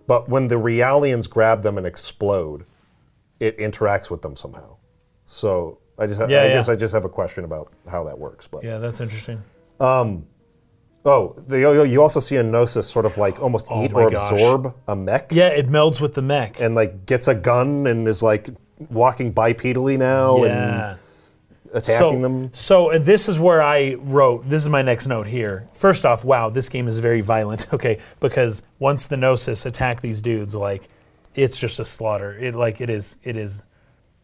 but when the Realians grab them and explode, it interacts with them somehow. So. I just,
Yeah,
I
yeah.
guess I just have a question about how that works, but
Yeah, that's interesting.
Oh, the, you- you also see a Gnosis sort of like almost eat
Oh my
or
gosh.
absorb a mech
Yeah, it melds with the mech.
and like gets a gun and is like walking bipedally now
yeah.
and attacking
so,
them.
So uh, this is where I wrote. This is my next note here. First off, wow, this game is very violent. Okay, because once the Gnosis attack these dudes, like it's just a slaughter. It like it is it is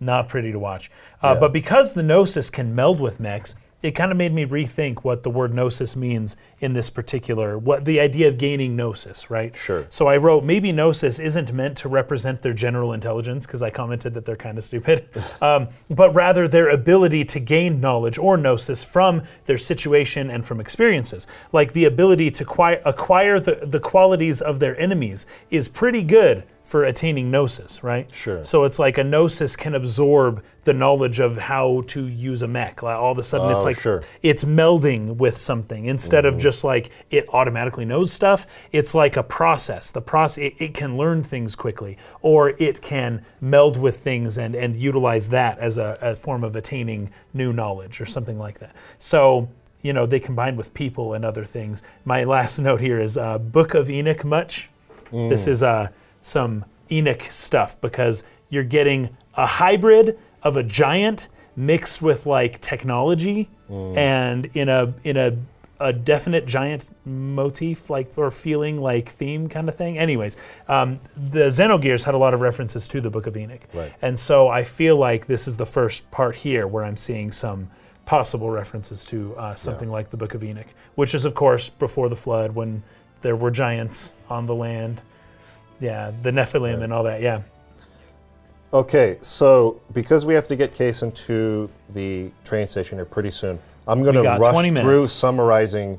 not pretty to watch. Uh, But because the Gnosis can meld with mechs, it kind of made me rethink what the word Gnosis means in this particular what the idea of gaining Gnosis, right?
Sure.
So I wrote maybe Gnosis isn't meant to represent their general intelligence because I commented that they're kind of stupid, um, but rather their ability to gain knowledge or Gnosis from their situation and from experiences. Like the ability to qui- acquire the, the qualities of their enemies is pretty good for attaining Gnosis, right?
Sure.
So it's like a Gnosis can absorb the knowledge of how to use a mech. Like all of a sudden it's
Oh,
like
sure. Mm-hmm.
it's melding with something instead of just like it automatically knows stuff it's like a process the process it, it can learn things quickly or it can meld with things and and utilize that as a, a form of attaining new knowledge or something like that so you know they combine with people and other things my last note here is uh, book of enoch much this is uh, some Enoch stuff because you're getting a hybrid of a giant mixed with like technology and in a in a a definite giant motif like or feeling like theme kind of thing. Anyways, um, the Xenogears had a lot of references to the Book of Enoch,
Right.
and so I feel like this is the first part here where I'm seeing some possible references to uh, something like the Book of Enoch, which is, of course, before the flood when there were giants on the land. Yeah, the Nephilim and all that. Yeah.
Okay, so because we have to get Case into the train station here pretty soon, I'm going to
got
rush
20
through
minutes.
summarizing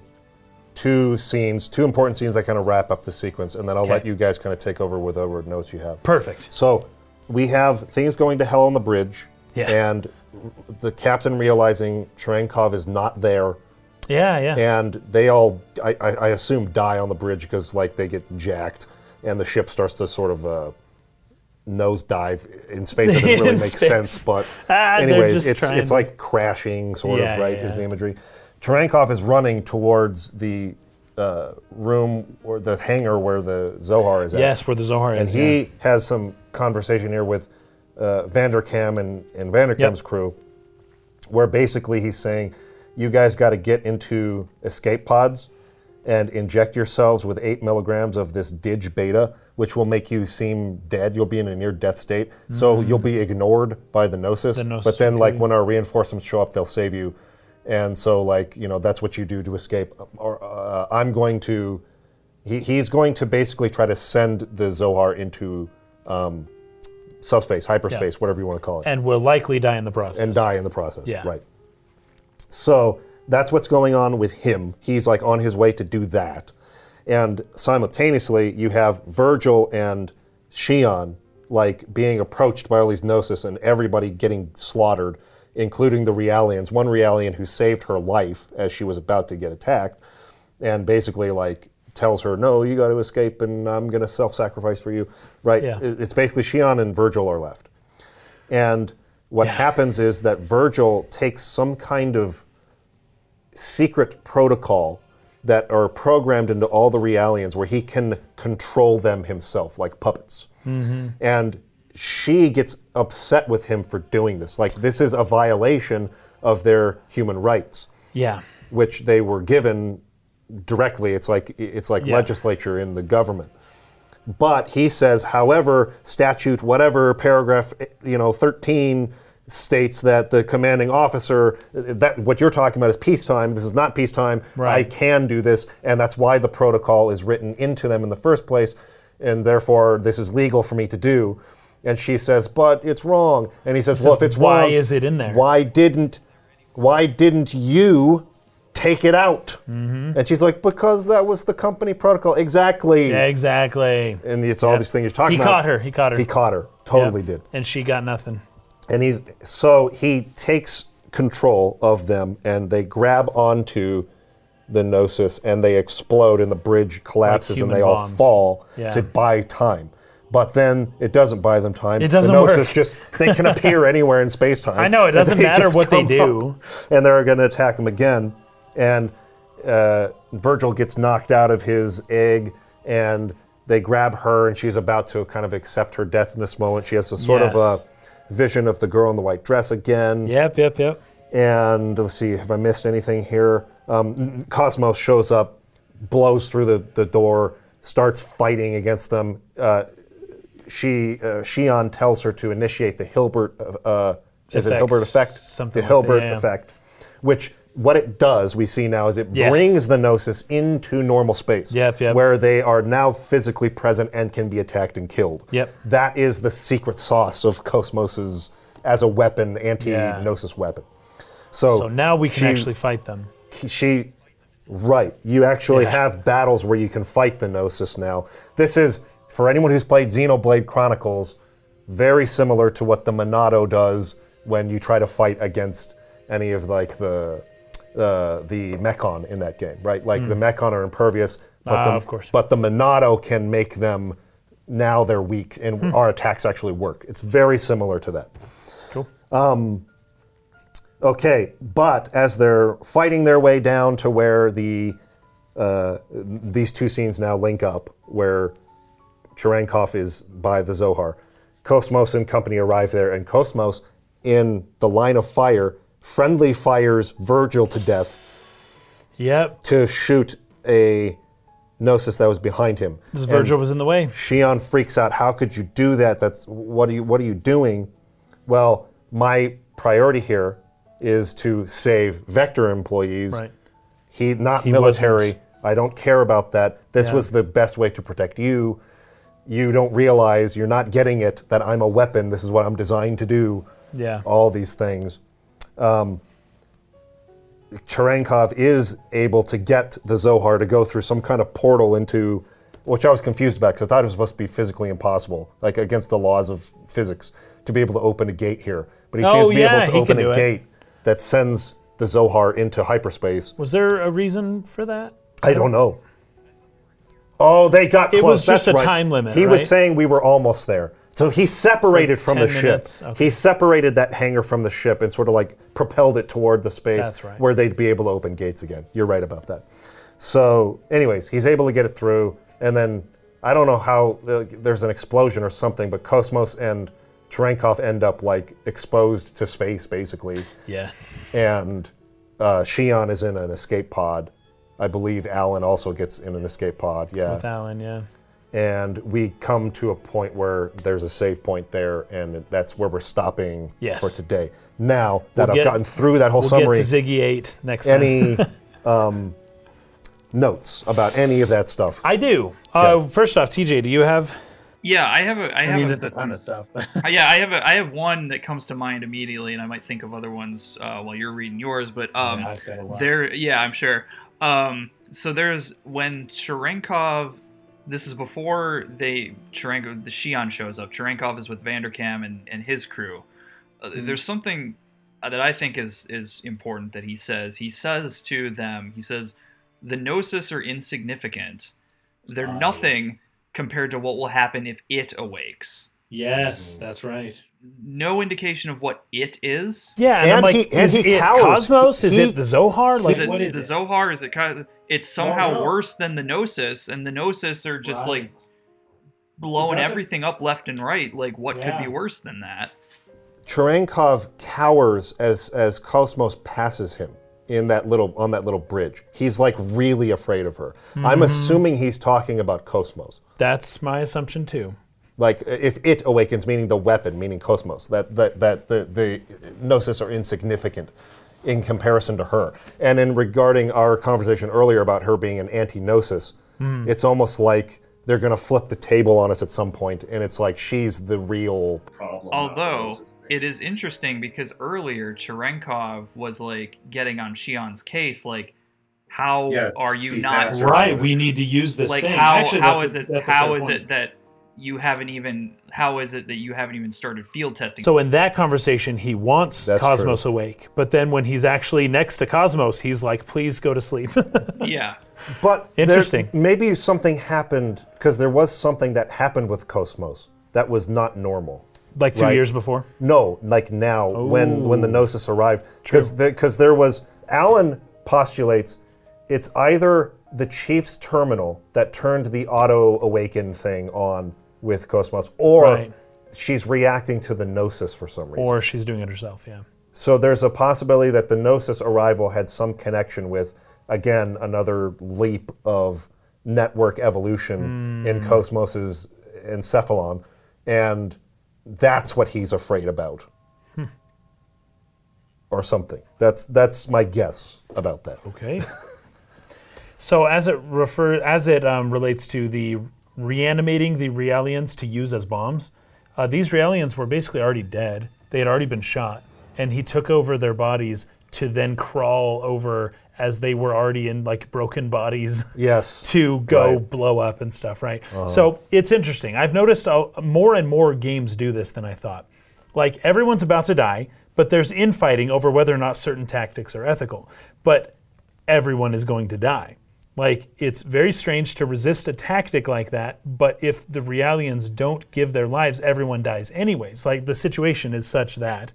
two scenes, two important scenes that kind of wrap up the sequence, and then I'll let
Okay.
you guys kind of take over with whatever notes you have.
Perfect.
So we have things going to hell on the bridge,
Yeah.
and the captain realizing Cherenkov is not there,
Yeah, yeah.
and uh, they all, I, I, I assume, die on the bridge because like they get jacked, and the ship starts to sort of uh, nosedive in space. It doesn't really
In
make
space.
sense, but
Ah, they're
anyways,
just
it's
trying
it's
to-
like crashing, sort
Yeah,
of right,
yeah,
is the
yeah.
imagery. Cherenkov is running towards the uh, room or the hangar where the Zohar is at.
Yes, where the Zohar
And
is.
he
yeah.
has some conversation here with uh, Vanderkam and, and Vanderkam's crew, where basically he's saying, you guys got to get into escape pods and inject yourselves with eight milligrams of this Dig Beta, which will make you seem dead. You'll be in a near death state. So you'll be ignored by the Gnosis.
Mm-hmm. The Gnosis
but then,
will
like,
kill you.
when our reinforcements show up, they'll save you. Um, And so, like, you know, that's what you do to escape. Or uh, I'm going to He, he's going to basically try to send the Zohar into um, subspace, hyperspace, whatever you want to call it,
and will likely die in the process.
and die in the process.
Yeah.
Right. So that's what's going on with him. He's like on his way to do that. And simultaneously, you have Virgil and Shion like being approached by all these Gnosis and everybody getting slaughtered, including the Realians. One Realian who saved her life as she was about to get attacked and basically like tells her, no, you got to escape and I'm going to self sacrifice for you. Right?
Yeah.
It- It's basically Shion and Virgil are left. And what happens is that Virgil takes some kind of secret protocol that are programmed into all the Realians where he can control them himself, like puppets. And she gets upset with him for doing this. Like, this is a violation of their human rights,
Yeah.
which they were given directly. It's like, it's like
Yeah.
legislature in the government. But he says, however, statute, whatever paragraph, you know, 13 states that the commanding officer, that what you're talking about is peacetime. This is not peacetime. I
Right.
can do this, and that's why the protocol is written into them in the first place, and therefore this is legal for me to do. And she says, but it's wrong. And he says, well, if it's
why
wrong,
is it in there?
Why didn't, why didn't you? Take it out,
Mm-hmm.
and she's like, "Because that was the company protocol." Exactly
Yeah, exactly.
and it's all these things you're talking
He
about.
caught her. He caught her.
He caught her. Totally
Yeah.
did.
And she got nothing.
And he's so he takes control of them, and they grab onto the gnosis, and they explode, and the bridge collapses, and
human
they
bombs.
all fall
Yeah.
to buy time. But then it doesn't buy them time.
It doesn't
the gnosis
work.
just they can appear anywhere in space time.
I know,
and
it doesn't
they
matter
just
what they
come
do.
up, and they're going to attack him again, and. uh, Virgil gets knocked out of his egg, and they grab her, and she's about to kind of accept her death in this moment. She has a sort
Yes.
of a vision of the girl in the white dress again.
Yep, yep, yep.
And let's see, have I missed anything here? Um, Cosmos shows up, blows through the, the door, starts fighting against them. Uh, she uh, Shion tells her to initiate the Hilbert uh, uh, is it
Effect,
Hilbert effect? the
something like that,
Hilbert
yeah, yeah.
effect, which what it does we see now is it
Yes.
brings the gnosis into normal space,
Yep, yep.
where they are now physically present and can be attacked and killed.
Yep.
that is the secret sauce of Cosmos's as a weapon, anti
Yeah.
gnosis weapon. So,
So now we can
Oh, she-
actually fight them.
she right you actually
Yeah.
have battles where you can fight the gnosis now this is for anyone who's played xenoblade chronicles very similar to what the monado does when you try to fight against any of like the uh, the mechon in that game right like the mechon are impervious but the,
Hmm. Ah, of course.
but the monado can make them now they're weak and
Hmm.
our attacks actually work it's very similar to that
Cool.
Okay, but as they're fighting their way down to where the uh, these two scenes now link up, where Cherenkov is by the Zohar, Cosmos and company arrive there, and Cosmos, in the line of fire, friendly fires Virgil to death
Yep.
to shoot a Gnosis that was behind him.
This Virgil was in the way.
Shion freaks out. How could you do that? That's what are you what are you doing? Well, my priority here is to save Vector employees.
Right.
He not
wasn't.
military. I don't care about that. This
Yeah.
was the best way to protect you. You don't realize you're not getting it that I'm a weapon. This is what I'm designed to do
Yeah.
all these things. Um, Cherenkov is able to get the Zohar to go through some kind of portal into, which I was confused about because I thought it was supposed to be physically impossible, like against the laws of physics, to be able to open a gate here. But he
Oh,
seems to be
yeah,
able to
he
open
can do
a
it.
gate that sends the Zohar into hyperspace.
Was there a reason for that?
I don't know. Oh, they got
It
close.
was just
That's
a
right.
time limit,
He was
right?
saying we were almost there. So he separated from the
10 minutes?
ship.
Okay.
He separated that hangar from the ship and sort of like propelled it toward the space
That's right.
where they'd be able to open gates again. You're right about that. So, anyways, he's able to get it through, and then I don't know how like, there's an explosion or something, but Cosmos and Cherenkov end up like exposed to space basically
Yeah.
and uh, Shion is in an escape pod. I believe Alan also gets in an escape pod. Yeah,
With Alan, yeah.
and we come to a point where there's a save point there, and that's where we're stopping
Yes.
for today. Now that I've
get-
gotten through that whole
We'll
summary,
get to Ziggy 8 next time.
any um, notes about any of that stuff.
I do. Uh, First off, TJ, do you have?
Yeah, I have a. I have
I mean,
a,
it's a ton of stuff.
Uh, yeah, I have a, I have one that comes to mind immediately, and I might think of other ones uh, while you're reading yours. But um,
I've got a lot.
there, yeah, I'm sure. Um, so there's when Cherenkov. This is before they Cherenkov the Shion shows up. Cherenkov is with Vanderkam and and his crew. Uh,
Mm-hmm.
There's something uh, that I think is is important that he says. He says to them, he says, "The Gnosis are insignificant. They're
Ah.
nothing compared to what will happen if it awakes."
Yes,
Mm.
that's right.
no indication of what it is.
Yeah, and,
And
I'm like,
he- and
is
he
it
cowers.
Cosmos? Is
He-
it the Zohar? Like,
is it
what is
the
it?
Zohar? Is it kind of, it's somehow
know.
worse than the Gnosis, and the Gnosis are just
Right.
like blowing
Doesn't-
everything up left and right. Like, what could
Yeah.
be worse than that?
Cherenkov cowers as as Cosmos passes him in that little on that little bridge. He's like really afraid of her.
Mm-hmm.
I'm assuming he's talking about Cosmos.
that's my assumption too.
Like if it awakens, meaning the weapon, meaning Cosmos, that that that the the gnosis are insignificant in comparison to her. And in regarding our conversation earlier about her being an anti-gnosis, it's almost like they're going to flip the table on us at some point, and it's like she's the real
problem.
Although it is interesting because earlier Cherenkov was like getting on Shion's case, like, how
Yes,
are you
he's
not
asked her
Right, we need to use this
like
thing.
how
Actually,
how
that's
is
a-
it
that's a
how
fair
is
point.
it that you haven't even how is it that you haven't even started field testing?
So in that conversation, he wants
That's
Cosmos awake, but then when he's actually next to Cosmos, he's like, "Please go to sleep."
yeah.
But there's-
Interesting.
Maybe something happened because there was something that happened with Cosmos that was not normal.
like two
Right.
years before.
No, like now when when the gnosis arrived, because because there was Alan postulates it's either the chief's terminal that turned the auto awaken thing on with Cosmos, or
Right.
she's reacting to the gnosis for some reason.
Or she's doing it herself, yeah.
So there's a possibility that the Gnosis arrival had some connection with, again, another leap of network evolution in Cosmos's encephalon, and that's what he's afraid about, or something. That's that's my guess about that.
Okay. so as it refer as it um, relates to the reanimating the Realians to use as bombs, uh, these Realians were basically already dead. They had already been shot, and he took over their bodies to then crawl over as they were already in like broken bodies.
Yes.
to go
Right. Uh-huh.
blow up and stuff, right? So it's interesting. I've noticed uh, more and more games do this than I thought. Like everyone's about to die, but there's infighting over whether or not certain tactics are ethical. But everyone is going to die. Like it's very strange to resist a tactic like that, but if the Realians don't give their lives, everyone dies anyways. Like the situation is such that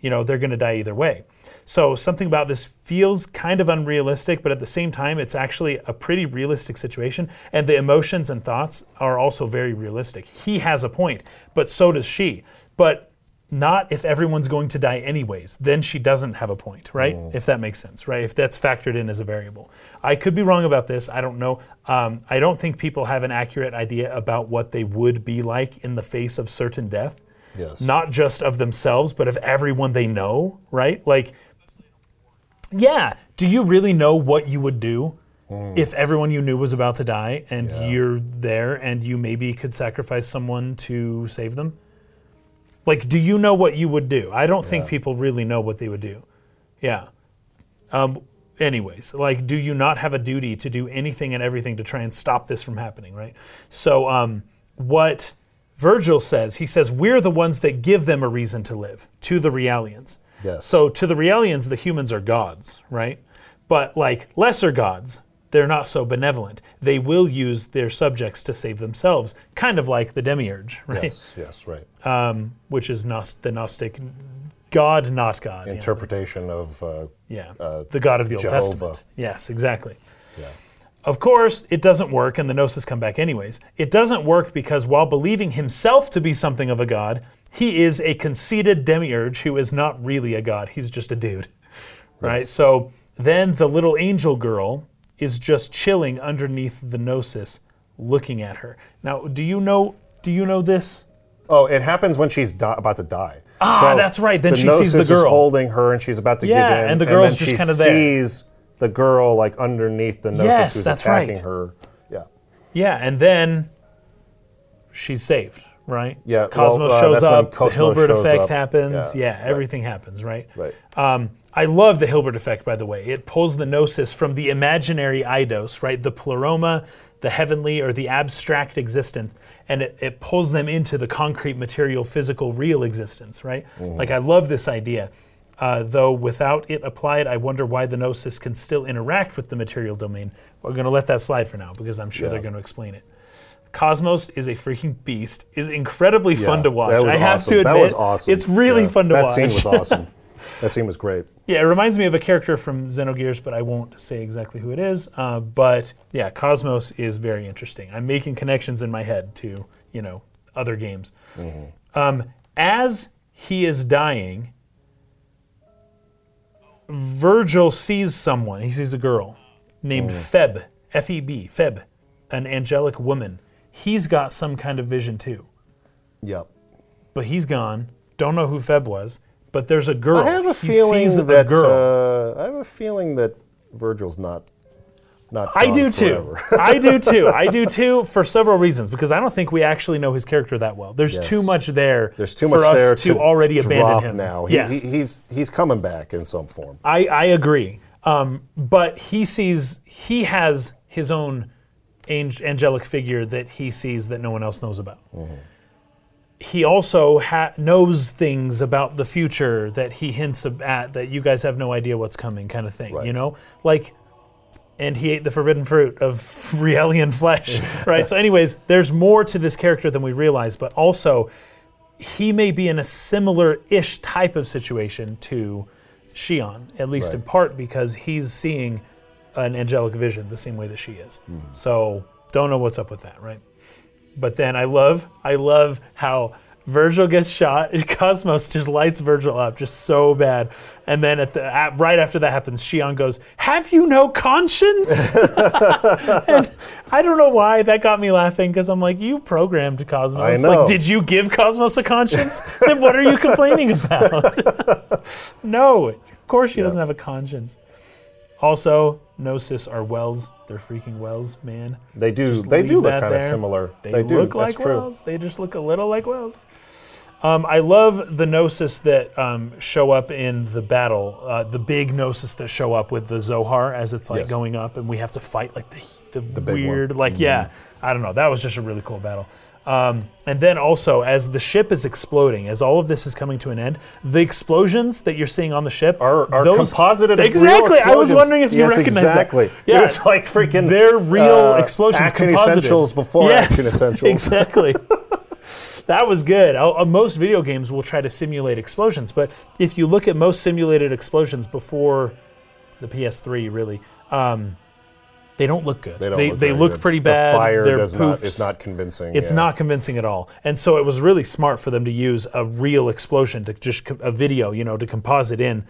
you know they're going to die either way so something about this feels kind of unrealistic but at the same time it's actually a pretty realistic situation and the emotions and thoughts are also very realistic he has a point but so does she but not if everyone's going to die anyways then she doesn't have a point right if that makes sense right if that's factored in as a variable i could be wrong about this i don't know um, i don't think people have an accurate idea about what they would be like in the face of certain death
Yes.
not just of themselves, but of everyone they know, right? Like, yeah, do you really know what you would do if everyone you knew was about to die and you're there and you maybe could sacrifice someone to save them? Like, do you know what you would do? I don't think people really know what they would do. Yeah. Um, anyways, like, do you not have a duty to do anything and everything to try and stop this from happening, right? So, um, what Virgil says, he says, we're the ones that give them a reason to live, to the Realians.
Yes.
So, to the Realians, the humans are gods, right? But, like, lesser gods, they're not so benevolent. They will use their subjects to save themselves, kind of like the demiurge, right?
yes. Yes. Right.
Which is Gnos- the Gnostic god, not god. yeah.
Interpretation of. Uh,
Yeah. the God of the Old
Jehovah.
Testament. Yes, exactly.
Yeah.
Of course, it doesn't work, and the Gnosis come back anyways. It doesn't work because while believing himself to be something of a god, he is a conceited demiurge who is not really a god. He's just a dude. Right? So then the little angel girl is just chilling underneath the Gnosis, looking at her. Now, do you know do you know this?
oh, it happens when she's di- about to die. Ah,
that's right, then
the
she sees the
gnosis is
girl.
holding her, and she's about to
Yeah,
give in.
and the
then
girl's just
she
kinda there.
sees the girl like underneath the gnosis
Yes,
who's
that's
attacking
right.
her. Yeah.
Yeah, and then she's saved, right?
Yeah, well,
Cosmos
uh,
shows
that's when
up.
Cosmos
the Hilbert
shows
effect
up.
happens.
Yeah,
Yeah, everything happens, right?
Right.
Um, I love the Hilbert effect, by the way. It pulls the gnosis from the imaginary eidos, right? The pleroma, the heavenly, or the abstract existence, and it, it pulls them into the concrete, material, physical, real existence, right?
Mm-hmm.
Like, I love this idea. Uh, though without it applied, I wonder why the gnosis can still interact with the material domain. We're going to let that slide for now because I'm sure they're going to explain it. Cosmos is a freaking beast. is incredibly fun
Yeah,
to watch.
that was
I have
awesome.
to admit,
that was awesome.
it's really
Yeah,
fun to
that
watch.
That scene was awesome. that scene was great.
Yeah, it reminds me of a character from Xenogears, but I won't say exactly who it is. Uh, but yeah, Cosmos is very interesting. I'm making connections in my head to you know other games.
Mm-hmm.
Um, as he is dying, Virgil sees someone. He sees a girl named
Mm.
Feb, F E B, Feb, an angelic woman. He's got some kind of vision too,
Yep.
but he's gone. Don't know who Feb was, but there's a girl.
I have a
He
feeling
sees a
that
girl.
uh, I have a feeling that Virgil's not not.
I
gone
do too.
forever.
I do too. I do too for several reasons because I don't think we actually know his character that well. There's too
Yes.
much there.
There's too
for
much
us
there
to, already
drop
abandon him
now. He,
Yes,
he, he's he's coming back in some form.
I I agree. Um, but he sees he has his own ang- angelic figure that he sees that no one else knows about. He also ha- knows things about the future that he hints ab- at that you guys have no idea what's coming, kind of thing. You
Right.
know, like and he ate the forbidden fruit of Rielian flesh, right? so, anyways, there's more to this character than we realize, but also he may be in a similar ish type of situation to Shion, at least in
Right.
part because he's seeing an angelic vision the same way that she is. So, don't know what's up with that, right? But then I love, I love how Virgil gets shot. and Cosmos just lights Virgil up, just so bad. And then at the at, right after that happens, Shion goes, "Have you no conscience?" and I don't know why that got me laughing because I'm like, "You programmed Cosmos.
I know.
Like, did you give Cosmos a conscience? then what are you complaining about?" no, of course she doesn't have a conscience. Also, Gnosis are wells. They're freaking wells, man.
They do. they
leave
do look
that
kind of
there.
similar.
They,
do.
look
That's
like
true.
whales. They just look a little like whales. Um, I love the gnosis that um, show up in the battle. Uh, the big gnosis that show up with the Zohar as it's like
Yes.
going up, and we have to fight like the the,
big one. Mm-hmm.
weird like yeah. I don't know. That was just a really cool battle. Um, and then also as the ship is exploding, as all of this is coming to an end, the explosions that you're seeing on the ship
Are, are
those-
composited and real
Exactly. I was
explosions.
wondering if you
yes,
recognize
exactly.
that. Yeah.
It's like freaking.
They're real
uh,
explosions.
Action
composited.
essentials before
Yes,
action essentials.
Exactly. that was good. i most video games will try to simulate explosions, but if you look at most simulated explosions before the PS3, really, um, they don't look good.
They don't.
They,
look, very good.
pretty bad.
The fire
They're
does not.
poofs.
It's not convincing.
It's
yeah.
not convincing at all. And so it was really smart for them to use a real explosion to just co- a video, you know, to composite in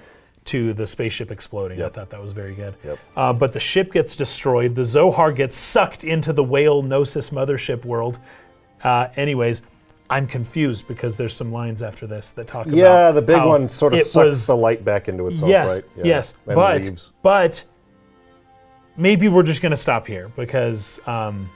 to the spaceship exploding. I
Yep.
thought that was very good.
Yep.
Uh, but the ship gets destroyed. The Zohar gets sucked into the whale gnosis mothership world. Uh, anyways, I'm confused because there's some lines after this that talk about
Yeah, the big
how
one sort of
it
sucks
was
the light back into itself,
yes,
right? Yeah.
yes.
And
but
leaves.
but maybe we're just gonna stop here because um,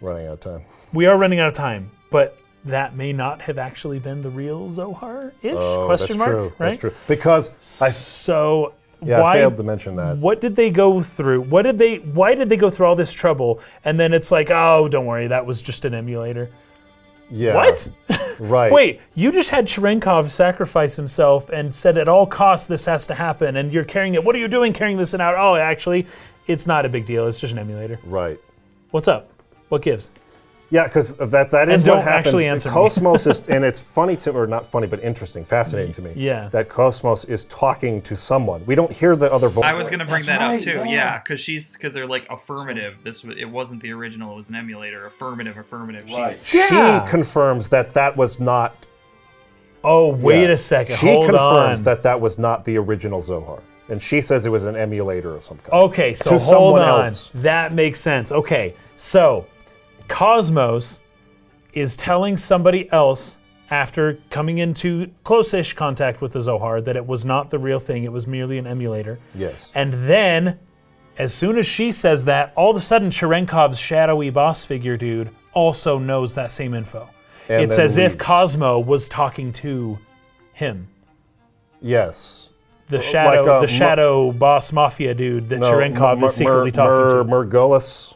running out of time.
we are running out of time. But that may not have actually been the real Zohar ish
Oh, that's
question mark,
true.
right?
That's true. Because I,
So
yeah,
why
I failed to mention that.
what did they go through? What did they? Why did they go through all this trouble? And then it's like, oh, don't worry, that was just an emulator.
Yeah.
What?
Right.
Wait, you just had Cherenkov sacrifice himself and said at all costs this has to happen, and you're carrying it. What are you doing carrying this out? Oh, actually, it's not a big deal. It's just an emulator.
Right.
What's up? What gives?
Yeah, because that that is
And
what
don't
happens.
actually answer me.
Cosmos is, and it's funny to, or not funny, but interesting, fascinating to me.
Yeah.
That Cosmos is talking to someone. We don't hear the other voice.
I was gonna bring that
right,
up too,
yeah.
yeah, because she's because they're like affirmative. This wa- it wasn't the original; it was an emulator. Affirmative, affirmative. She's-
Right.
Yeah.
She confirms that that was not.
Oh, wait
yeah.
a second.
She
Hold
confirms
on.
that that was not the original Zohar, and she says it was an emulator of some kind.
Okay, so
to
hold
someone
on.
else.
That makes sense. Okay, so Cosmos is telling somebody else after coming into close-ish contact with the Zohar that it was not the real thing; it was merely an emulator.
Yes.
And then As soon as she says that, all of a sudden Cherenkov's shadowy boss figure dude also knows that same info.
And
it's
then
as if
leaves.
Cosmo was talking to him.
Yes.
The shadow,
uh, Mu-
the shadow boss mafia dude that Cherenkov
Mur-
is
Mur-
secretly talking to.
Mur- Murgulis,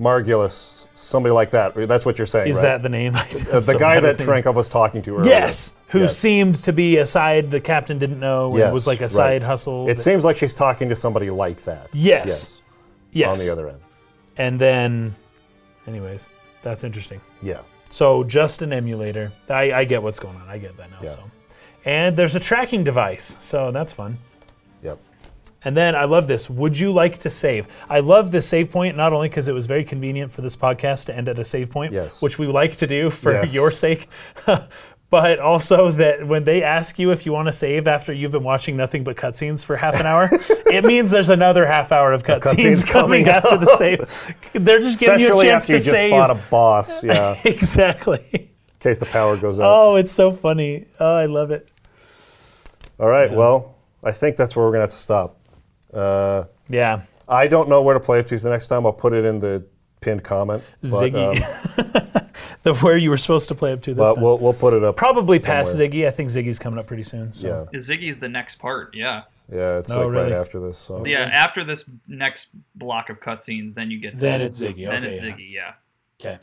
Margulis, somebody like that. That's what you're saying,
Is
right? Uh,
that the name? I-
the
I'm so
guy
bad at
that
things.
Trenkov was talking to earlier?
Yes, who
Yes.
seemed to be a side the captain didn't know. and
Yes,
was like a
right.
side hustle.
It seems like she's talking to somebody like that.
Yes.
Yes.
yes.
On the other end.
And then, anyways, that's interesting.
Yeah.
So just an emulator. I, I get what's going on. I get that now.
Yeah.
So, and there's a tracking device. So that's fun.
Yep.
And then I love this. Would you like to save? I love this save point not only because it was very convenient for this podcast to end at a save point,
Yes.
which we like to do for
Yes.
your sake, but also that when they ask you if you want to save after you've been watching nothing but cutscenes for half an hour, it means there's another half hour of cutscenes
cutscenes
coming
coming
after the save. They're just giving you
Especially
a chance
after you
to
just
save.
fought a boss. Yeah. in
exactly.
case the power goes out.
Oh, it's so funny. Oh, I love it.
All right. Well, I think that's where we're gonna have to stop. Uh,
Yeah.
I don't know where to play it to the next time. I'll put it in the pinned comment. But,
Ziggy.
um,
the where you were supposed to play up to this
but
time.
we'll, we'll put it up.
Probably past
somewhere.
Ziggy. I think Ziggy's coming up pretty soon. So.
Yeah.
Ziggy's the next part. Yeah.
Yeah. It's
Oh,
like right
really?
after this.
Oh,
So.
Yeah. After this next block of cutscenes, then you get
Then
that.
it's Ziggy,
Then
okay,
it's
yeah.
Ziggy. Yeah.
Okay.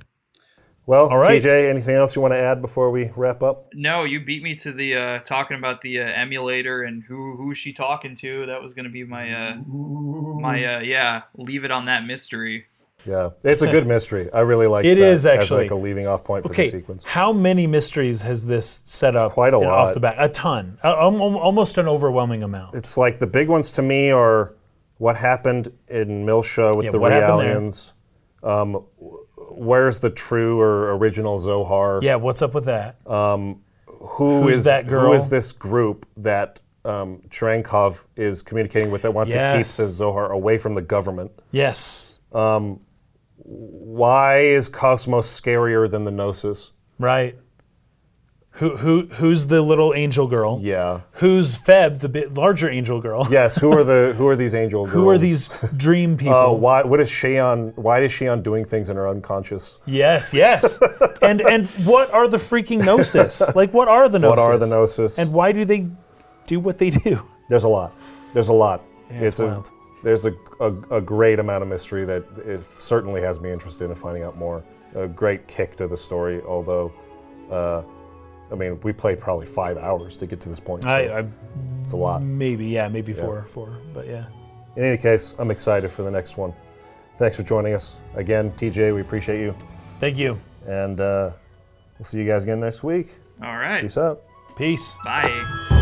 Well,
All right.
TJ, anything else you want to add before we wrap up?
No, you beat me to the uh, talking about the uh, emulator and who who is she talking to. That was gonna be my uh, my uh, yeah. Leave it on that mystery.
Yeah, it's a good mystery. I really like
It
that
is actually.
as like a leaving off point for the
Okay,
sequence.
how many mysteries has this set up?
Quite a
in- Off
lot.
the bat, a ton, a, al- al- almost an overwhelming amount.
It's like the big ones to me are what happened in Milsha with
Yeah,
the
what happened there?
Realians. Um, w- where's the true or original Zohar?
yeah, what's up with that?
Uh, who
who's
is
that girl?
Who is this group that um, Cherenkov is communicating with that wants to
Yes.
keep the Zohar away from the government?
yes,
Why is Cosmos scarier than the Gnosis?
right. Who who who's the little angel girl?
Yeah.
Who's Feb, the bit larger angel girl?
Yes. Who are the Who are these angel girls?
Who are these dream people?
Uh, why? What is Sheon? Why is Sheon doing things in her unconscious?
Yes, yes. and and what are the freaking gnosis? Like what are the gnosis?
What are the gnosis?
And why do they do what they do?
There's a lot. There's a lot.
it's
a,
wild.
There's a, a, a great amount of mystery that it certainly has me interested in finding out more. A great kick to the story, although, uh, I mean, we played probably five hours to get to this point. So
I, I
it's a lot.
maybe yeah, maybe four four, but yeah.
In any case, I'm excited for the next one. Thanks for joining us again, TJ. We appreciate you,
Thank you.
and uh, we'll see you guys again next week.
All right.
Peace out.
Peace.
Bye.